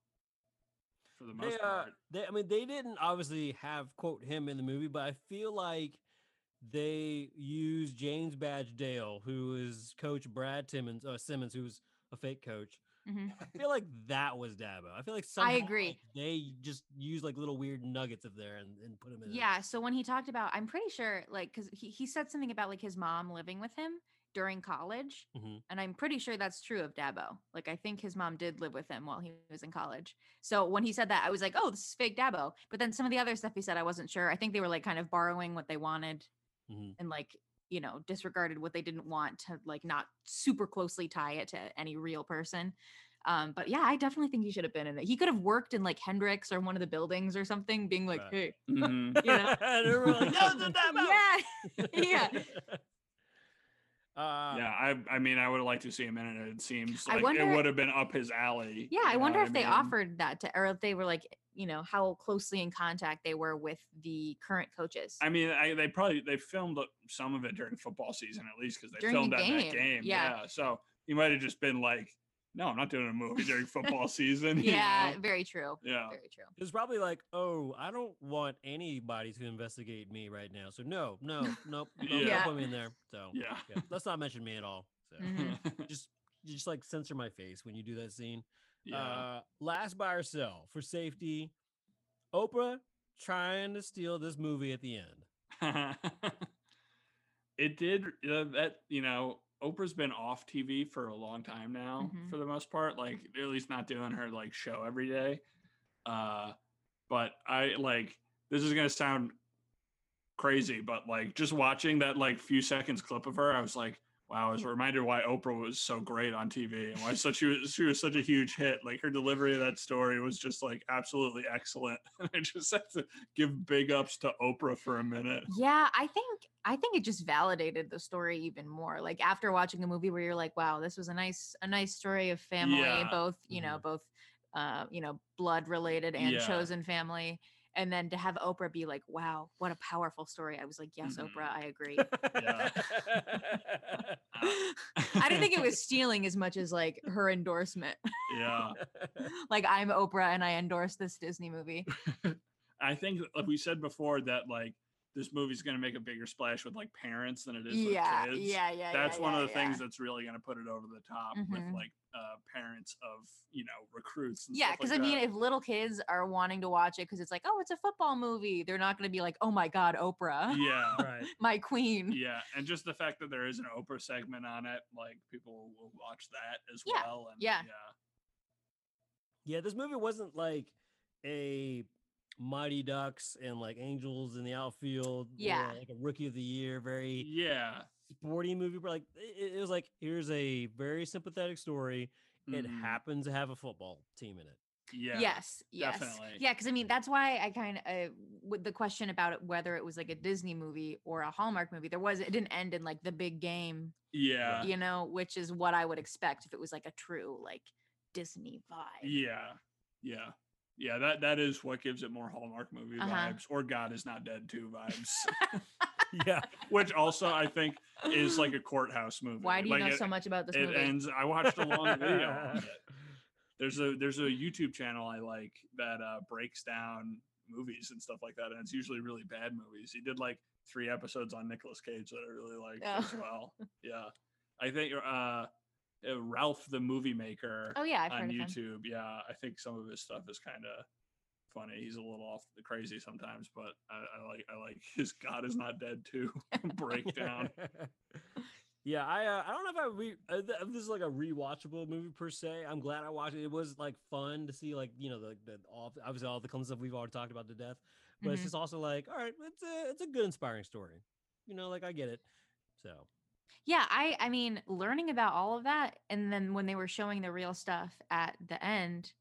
Speaker 2: for the most
Speaker 1: They, uh,
Speaker 2: part.
Speaker 1: they, I mean, they didn't obviously have quote him in the movie, but I feel like they used James Badge Dale, who is Coach Brad Timmons uh, Simmons, who's a fake coach.
Speaker 3: Mhm.
Speaker 1: I feel like that was Dabo. I feel like somehow,
Speaker 3: agree.
Speaker 1: like, they just use like little weird nuggets of there and, and put them in. there.
Speaker 3: Yeah, so when he talked about I'm pretty sure like cuz he he said something about like his mom living with him during college.
Speaker 1: Mhm.
Speaker 3: And I'm pretty sure that's true of Dabo. Like I think his mom did live with him while he was in college. So when he said that, I was like, oh, this is fake Dabo. But then some of the other stuff he said, I wasn't sure. I think they were like kind of borrowing what they wanted
Speaker 1: Mhm.
Speaker 3: and like, you know, disregarded what they didn't want to like not super closely tie it to any real person. Um, but yeah, I definitely think he should have been in it. He could have worked in like Hendrix or one of the buildings or something, being like,
Speaker 1: Right.
Speaker 3: hey,
Speaker 2: Mhm.
Speaker 3: you know.
Speaker 1: And they were like, "No, it's a demo!"
Speaker 3: yeah. yeah.
Speaker 1: Uh,
Speaker 2: yeah, I I mean, I would have liked to see him in it. It seems
Speaker 3: I
Speaker 2: like
Speaker 3: wonder-
Speaker 2: it would have been up his alley.
Speaker 3: Yeah, I
Speaker 2: you know
Speaker 3: wonder
Speaker 2: what
Speaker 3: if they
Speaker 2: mean?
Speaker 3: offered that to, or if they were like, you know, how closely in contact they were with the current coaches.
Speaker 2: I mean, I, they probably they filmed some of it during football season at least because they
Speaker 3: During the
Speaker 2: filmed that in
Speaker 3: game,
Speaker 2: that game.
Speaker 3: yeah.
Speaker 2: so he might have just been like, "No, I'm not doing a movie during football season." you
Speaker 3: yeah,
Speaker 2: know? Oh.
Speaker 3: very true.
Speaker 2: yeah.
Speaker 3: Very true.
Speaker 1: It's probably like, oh, I don't want anybody to investigate me right now. So no, no, nope, nope,
Speaker 2: Yeah.
Speaker 1: don't put me in there. So
Speaker 2: Yeah. Mm-hmm.
Speaker 1: yeah, let's not mention me at all. So
Speaker 3: Mhm.
Speaker 1: just you just like censor my face when you do that scene.
Speaker 2: yeah.
Speaker 1: Uh, last buy or sell for safety. Oprah trying to steal this movie at the end.
Speaker 2: it did uh, that you know oprah's been off tv for a long time now
Speaker 3: Mhm.
Speaker 2: for the most part like at least not doing her like show every day uh but i like this is gonna sound crazy but like just watching that like few seconds clip of her i was like wow i was reminded why oprah was so great on tv and why such she was, she was such a huge hit like her delivery of that story was just like absolutely excellent and i just have to give big ups to oprah for a minute
Speaker 3: Yeah, I think I think it just validated the story even more. Like after watching the movie, where you're like, "Wow, this was a nice a nice story of family,
Speaker 2: Yeah. Mm-hmm.
Speaker 3: both you know, both uh, you know, blood related and
Speaker 2: Yeah.
Speaker 3: chosen family." And then to have Oprah be like, "Wow, what a powerful story!" I was like, "Yes,
Speaker 2: Mhm.
Speaker 3: Oprah, I agree." I
Speaker 2: I
Speaker 3: didn't think it was stealing as much as like her endorsement.
Speaker 2: yeah,
Speaker 3: like I'm Oprah and I endorse this Disney movie.
Speaker 2: I think that, like we said before that like this movie's going to make a bigger splash with like parents than it is
Speaker 3: yeah,
Speaker 2: with kids.
Speaker 3: yeah, yeah.
Speaker 2: That's
Speaker 3: yeah,
Speaker 2: one
Speaker 3: yeah,
Speaker 2: of the
Speaker 3: yeah.
Speaker 2: things that's really going to put it over the top
Speaker 3: Mhm.
Speaker 2: with like uh, parents of you know recruits. And
Speaker 3: Yeah,
Speaker 2: stuff
Speaker 3: because
Speaker 2: like
Speaker 3: I mean,
Speaker 2: that.
Speaker 3: if little kids are wanting to watch it because it's like, oh, it's a football movie, they're not going to be like, oh my God, Oprah,
Speaker 2: yeah,
Speaker 1: right.
Speaker 3: my queen.
Speaker 2: yeah, and just the fact that there is an Oprah segment on it, like people will watch that as
Speaker 3: Yeah,
Speaker 2: well. And
Speaker 3: yeah.
Speaker 1: Yeah, this movie wasn't like a Mighty Ducks and like Angels in the Outfield. or,
Speaker 3: Yeah.
Speaker 1: like a Rookie of the Year, very
Speaker 2: yeah,
Speaker 1: sporty movie, but like it, it was like here's a very sympathetic story.
Speaker 2: yeah,
Speaker 1: It
Speaker 2: mhm,
Speaker 1: happens to have a football team in it.
Speaker 2: Yeah,
Speaker 3: yes, yes,
Speaker 2: definitely.
Speaker 3: yeah. Because I mean, that's why I kind of with the question about it, whether it was like a Disney movie or a Hallmark movie. There was it didn't end in like the big game,
Speaker 2: yeah,
Speaker 3: you know, which is what I would expect if it was like a true like Disney vibe.
Speaker 2: Yeah, yeah, yeah. That that is what gives it more Hallmark movie
Speaker 3: Uh-huh.
Speaker 2: vibes or God is not dead too vibes,
Speaker 1: Yeah.
Speaker 2: which also I think is like a courthouse movie.
Speaker 3: Why do you
Speaker 2: Like,
Speaker 3: know
Speaker 2: it,
Speaker 3: so much about this
Speaker 2: It
Speaker 3: movie?
Speaker 2: ends. I watched a long video. on it. There's a there's a YouTube channel I like that uh, breaks down movies and stuff like that, and it's usually really bad movies. He did like three episodes on Nicolas Cage that I really like
Speaker 3: Oh.
Speaker 2: as well. Yeah, I think uh, uh, Ralph the Movie Maker
Speaker 3: oh yeah, I've
Speaker 2: on
Speaker 3: heard of him.
Speaker 2: YouTube. Yeah, I think some of his stuff is kind of funny. He's a little off the crazy sometimes, but I, I like I like his God is not dead too breakdown.
Speaker 1: yeah, I uh, I don't know if I re- uh, th- if this is like a rewatchable movie per se. I'm glad I watched it. It was like fun to see like you know the, the all obviously all the common stuff we've already talked about to death, but it's
Speaker 3: Mhm.
Speaker 1: just also like all right, it's a it's a good inspiring story. You know, like I get it. So
Speaker 3: yeah i i mean learning about all of that and then when they were showing the real stuff at the end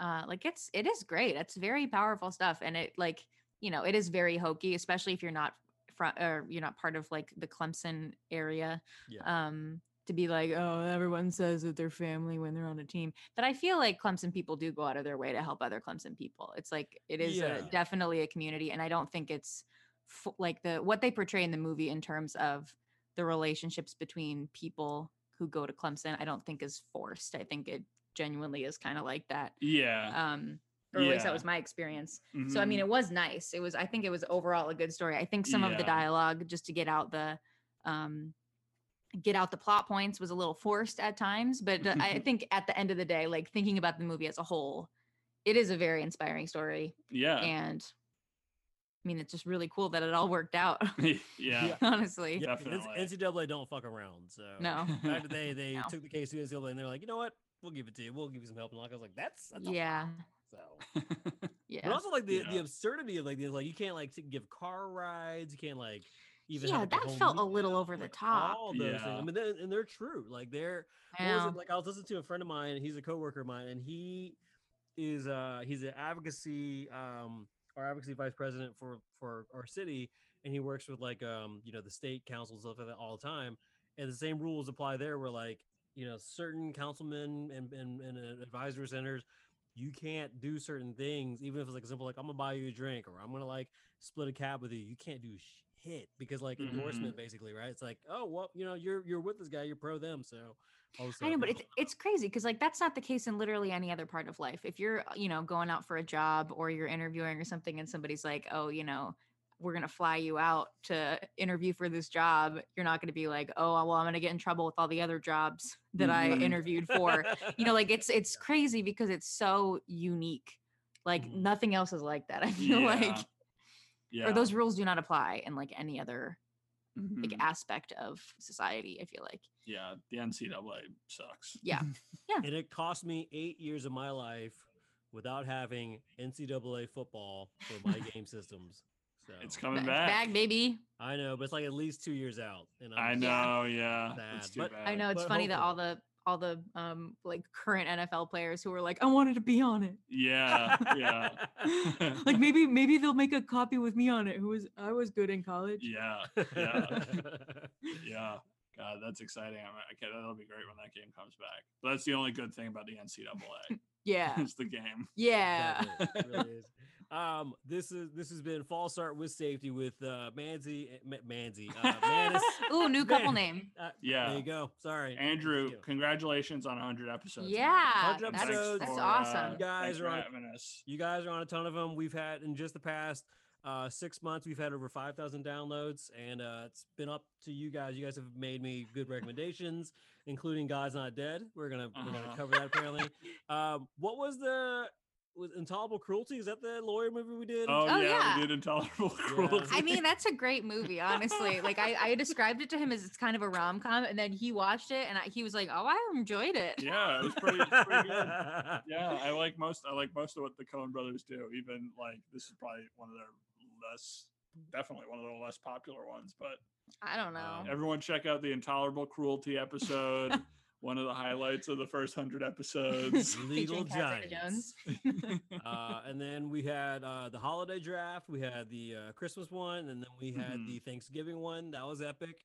Speaker 3: uh like it's it is great it's very powerful stuff and it like you know it is very hokey especially if you're not from or you're not part of like the clemson area
Speaker 1: yeah,
Speaker 3: um to be like oh everyone says that they're family when they're on a team but i feel like clemson people do go out of their way to help other clemson people it's like it is a,
Speaker 1: Yeah.
Speaker 3: definitely a community and i don't think it's f- like the what they portray in the movie in terms of the relationships between people who go to clemson i don't think is forced i think it genuinely is kind of like that
Speaker 2: Yeah.
Speaker 3: um or at least that
Speaker 2: Yeah.
Speaker 3: was my experience so I mean,
Speaker 1: Mm.
Speaker 2: mhm.
Speaker 3: it was nice. It was. I think it was overall a good story. I think some of the
Speaker 2: Yeah.
Speaker 3: dialogue, just to get out the, um, get out the plot points, was a little forced at times. But the- I think at the end of the day, like thinking about the movie as a whole, it is a very inspiring story.
Speaker 2: yeah.
Speaker 3: And mean, it's just really cool that it all worked out.
Speaker 2: yeah.
Speaker 3: honestly,
Speaker 1: Yeah, it's-
Speaker 2: Definitely.
Speaker 1: NCAA don't fuck around. So
Speaker 3: no.
Speaker 1: In fact, they they
Speaker 3: No.
Speaker 1: took the case to NCAA and they're like, you know what? We'll give it to you. We'll give you some help. And like, I was like, that's, that's a lot."
Speaker 3: Yeah,
Speaker 1: So
Speaker 3: yeah.
Speaker 1: But also like the, the
Speaker 2: Yeah.
Speaker 1: absurdity of like this, like you can't like t- give car rides, you can't like even
Speaker 3: Yeah,
Speaker 1: have, like, a
Speaker 3: that
Speaker 1: home
Speaker 3: felt a
Speaker 1: movie
Speaker 3: little
Speaker 1: night,
Speaker 3: over the
Speaker 1: like,
Speaker 3: top.
Speaker 1: All those things. I
Speaker 2: Yeah.
Speaker 1: mean, they and they're true. Like they're what was
Speaker 3: Yeah.
Speaker 1: it? like I was listening to a friend of mine. He's a coworker of mine, and he is uh he's an advocacy um our advocacy vice president for for our city, and he works with like um you know the state councils and stuff like that all the time, and the same rules apply there. Where like you know certain councilmen and and, and uh, advisory centers you can't do certain things, even if it's like simple, like I'm gonna buy you a drink or I'm gonna like split a cab with you. You can't do shit because like endorsement, basically, right? It's like, oh well, you know, you're you're with this guy, you're pro them, so. all this
Speaker 3: I know,
Speaker 1: stuff.
Speaker 3: but it's it's crazy because like that's not the case in literally any other part of life. If you're uh, you know going out for a job or you're interviewing or something, and somebody's like, oh, you know, we're gonna fly you out to interview for this job, you're not gonna be like, oh, well, I'm gonna get in trouble with all the other jobs that I
Speaker 2: Mhm.
Speaker 3: interviewed for. you know, like it's it's crazy because it's so unique. Like
Speaker 1: Mhm.
Speaker 3: nothing else is like that. I feel
Speaker 2: Mm-hmm. Yeah.
Speaker 3: like,
Speaker 2: Yeah.
Speaker 3: or those rules do not apply in like any other like
Speaker 2: Mhm.
Speaker 3: aspect of society. I feel like,
Speaker 2: Yeah. The NCAA sucks.
Speaker 3: yeah,
Speaker 1: and it cost me eight years of my life without having NCAA football for my game systems. So
Speaker 2: It's coming
Speaker 3: Ba-
Speaker 2: back.
Speaker 3: bag baby.
Speaker 1: I know, but it's like at least two years out. And
Speaker 2: I
Speaker 1: just-
Speaker 3: Yeah.
Speaker 2: know. Yeah. That's
Speaker 1: Bad,
Speaker 2: too
Speaker 1: but-
Speaker 2: bad.
Speaker 3: I know it's
Speaker 1: but
Speaker 3: funny that all the all the um like current NFL players who are like, I wanted to be on it.
Speaker 2: Yeah. Yeah.
Speaker 3: like maybe maybe they'll make a copy with me on it. Who was I was good in college.
Speaker 2: yeah. Yeah. Yeah. God, that's exciting. I'm, okay, that'll be great when that game comes back. But that's the only good thing about the NCAA.
Speaker 3: Yeah.
Speaker 2: it's the game.
Speaker 3: Yeah.
Speaker 1: That is, it really is. Um, this is this has been false start with safety with uh Manzi Ma- Manzi uh, Manis.
Speaker 3: Ooh, new couple
Speaker 1: Man.
Speaker 3: name.
Speaker 1: Uh, There
Speaker 2: Yeah.
Speaker 1: you go. Sorry,
Speaker 2: Andrew,
Speaker 1: Thank you.
Speaker 2: congratulations on 100 episodes. man.
Speaker 3: Yeah.
Speaker 1: 100
Speaker 3: That's,
Speaker 1: episodes
Speaker 3: that's
Speaker 1: for,
Speaker 3: awesome.
Speaker 1: you guys
Speaker 2: uh, thanks for
Speaker 1: are on-
Speaker 2: having us.
Speaker 1: You guys are on a ton of them. We've had in just the past uh, six months, we've had over five thousand downloads, and uh, it's been up to you guys. You guys have made me good recommendations, including God's Not Dead. We're gonna we're gonna
Speaker 2: Uh-huh.
Speaker 1: cover that apparently. um, what was the was Intolerable Cruelty? Is that the lawyer movie we did?
Speaker 2: Oh,
Speaker 3: Oh,
Speaker 2: yeah,
Speaker 3: yeah.
Speaker 2: we did intolerable cruelty.
Speaker 3: I mean, that's a great movie, honestly. Like I, I described it to him as it's kind of a rom com, and then he watched it and I, he was like, "Oh, I enjoyed it."
Speaker 2: yeah, it was pretty, it's pretty good. Yeah, I like most. I like most of what the Coen Brothers do. Even like this is probably one of their less, definitely one of their less popular ones. But
Speaker 3: I don't know.
Speaker 1: Um,
Speaker 2: everyone, check out the Intolerable Cruelty episode. one of the highlights of the first hundred episodes.
Speaker 1: Legal
Speaker 3: Featuring Cassandra
Speaker 1: Giants. uh, and then we had uh, the holiday draft. We had the uh, Christmas one, and then we had
Speaker 2: Mhm.
Speaker 1: the Thanksgiving one. That was epic.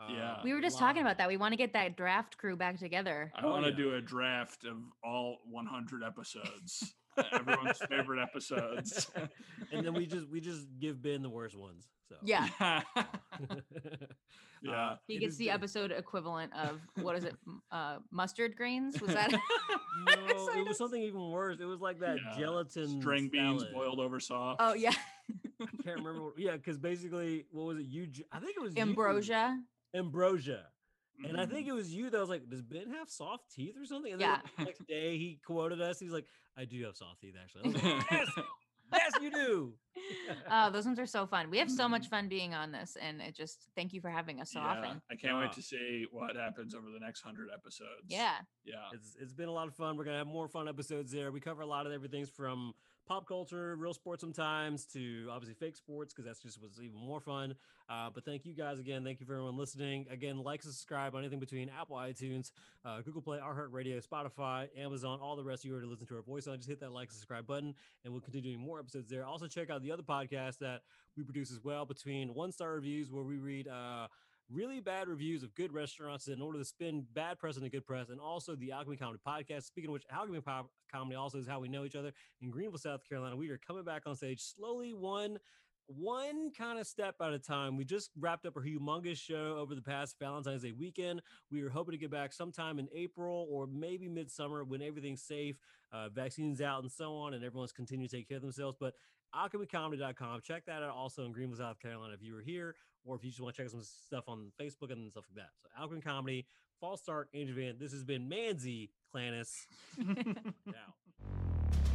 Speaker 1: Uh,
Speaker 2: Yeah.
Speaker 3: We were just talking
Speaker 1: live.
Speaker 3: about that. We want to get that draft crew back together.
Speaker 2: I
Speaker 1: Oh,
Speaker 2: want to
Speaker 1: yeah.
Speaker 2: do a draft of all 100 episodes. Everyone's favorite episodes.
Speaker 1: and then we just we just give Ben the worst ones. So
Speaker 3: Yeah.
Speaker 2: yeah.
Speaker 1: Uh,
Speaker 3: He
Speaker 1: it
Speaker 3: gets
Speaker 1: is
Speaker 3: the
Speaker 1: good.
Speaker 3: episode equivalent of what is it? m- Uh, mustard grains? Was that?
Speaker 1: No,
Speaker 3: Sorry,
Speaker 1: it was
Speaker 3: that's-
Speaker 1: something even worse. It was like that
Speaker 2: Yeah.
Speaker 1: gelatin
Speaker 2: String beans
Speaker 1: salad.
Speaker 2: boiled over soft.
Speaker 3: Oh yeah,
Speaker 1: I can't remember. What, yeah, because basically, what was it? You, j- I think it was you-
Speaker 3: ambrosia.
Speaker 1: Ambrosia. And I
Speaker 2: Mhm.
Speaker 1: think it was you that was like, "Does Ben have soft teeth or something?" And
Speaker 3: Yeah.
Speaker 1: then the next day he quoted us. He's like, "I do have soft teeth, actually." I was
Speaker 2: Mm.
Speaker 1: like, yes, yes, you do.
Speaker 3: Oh, those ones are so fun. We have so much fun being on this, and it just thank you for having us so often.
Speaker 2: I can't
Speaker 1: Mm-hmm. Yeah.
Speaker 2: wait to see what happens over the next hundred episodes.
Speaker 3: Yeah,
Speaker 2: Yeah.
Speaker 1: It's it's been a lot of fun. We're gonna have more fun episodes there. We cover a lot of everything from pop culture, real sports sometimes, to obviously fake sports because that's just was even more fun. Uh, but thank you guys again. Thank you for everyone listening. Again, like and subscribe on anything between Apple, iTunes, uh, Google Play, Our Radio, Spotify, Amazon, all the rest. You already listen to our voice on. Just hit that like and subscribe button, and we'll continue doing more episodes there. Also, check out the other podcasts that we produce as well between one star reviews where we read. Uh, really bad reviews of good restaurants in order to spin bad press into good press, and also the Alchemy Comedy Podcast. Speaking of which, Alchemy Pop- Comedy also is how we know each other in Greenville, South Carolina. We are coming back on stage slowly, one one kind of step at a time. We just wrapped up a humongous show over the past Valentine's Day weekend. We were hoping to get back sometime in April or maybe midsummer when everything's safe, uh, vaccines out, and so on, and everyone's continuing to take care of themselves. But alchemycomedy.com, check that out also in Greenville, South Carolina if you were here or if you just want to check out some stuff on Facebook and stuff like that. So Alchemy Comedy, False Start, Angel Van. This has been Manzi Clannis. out.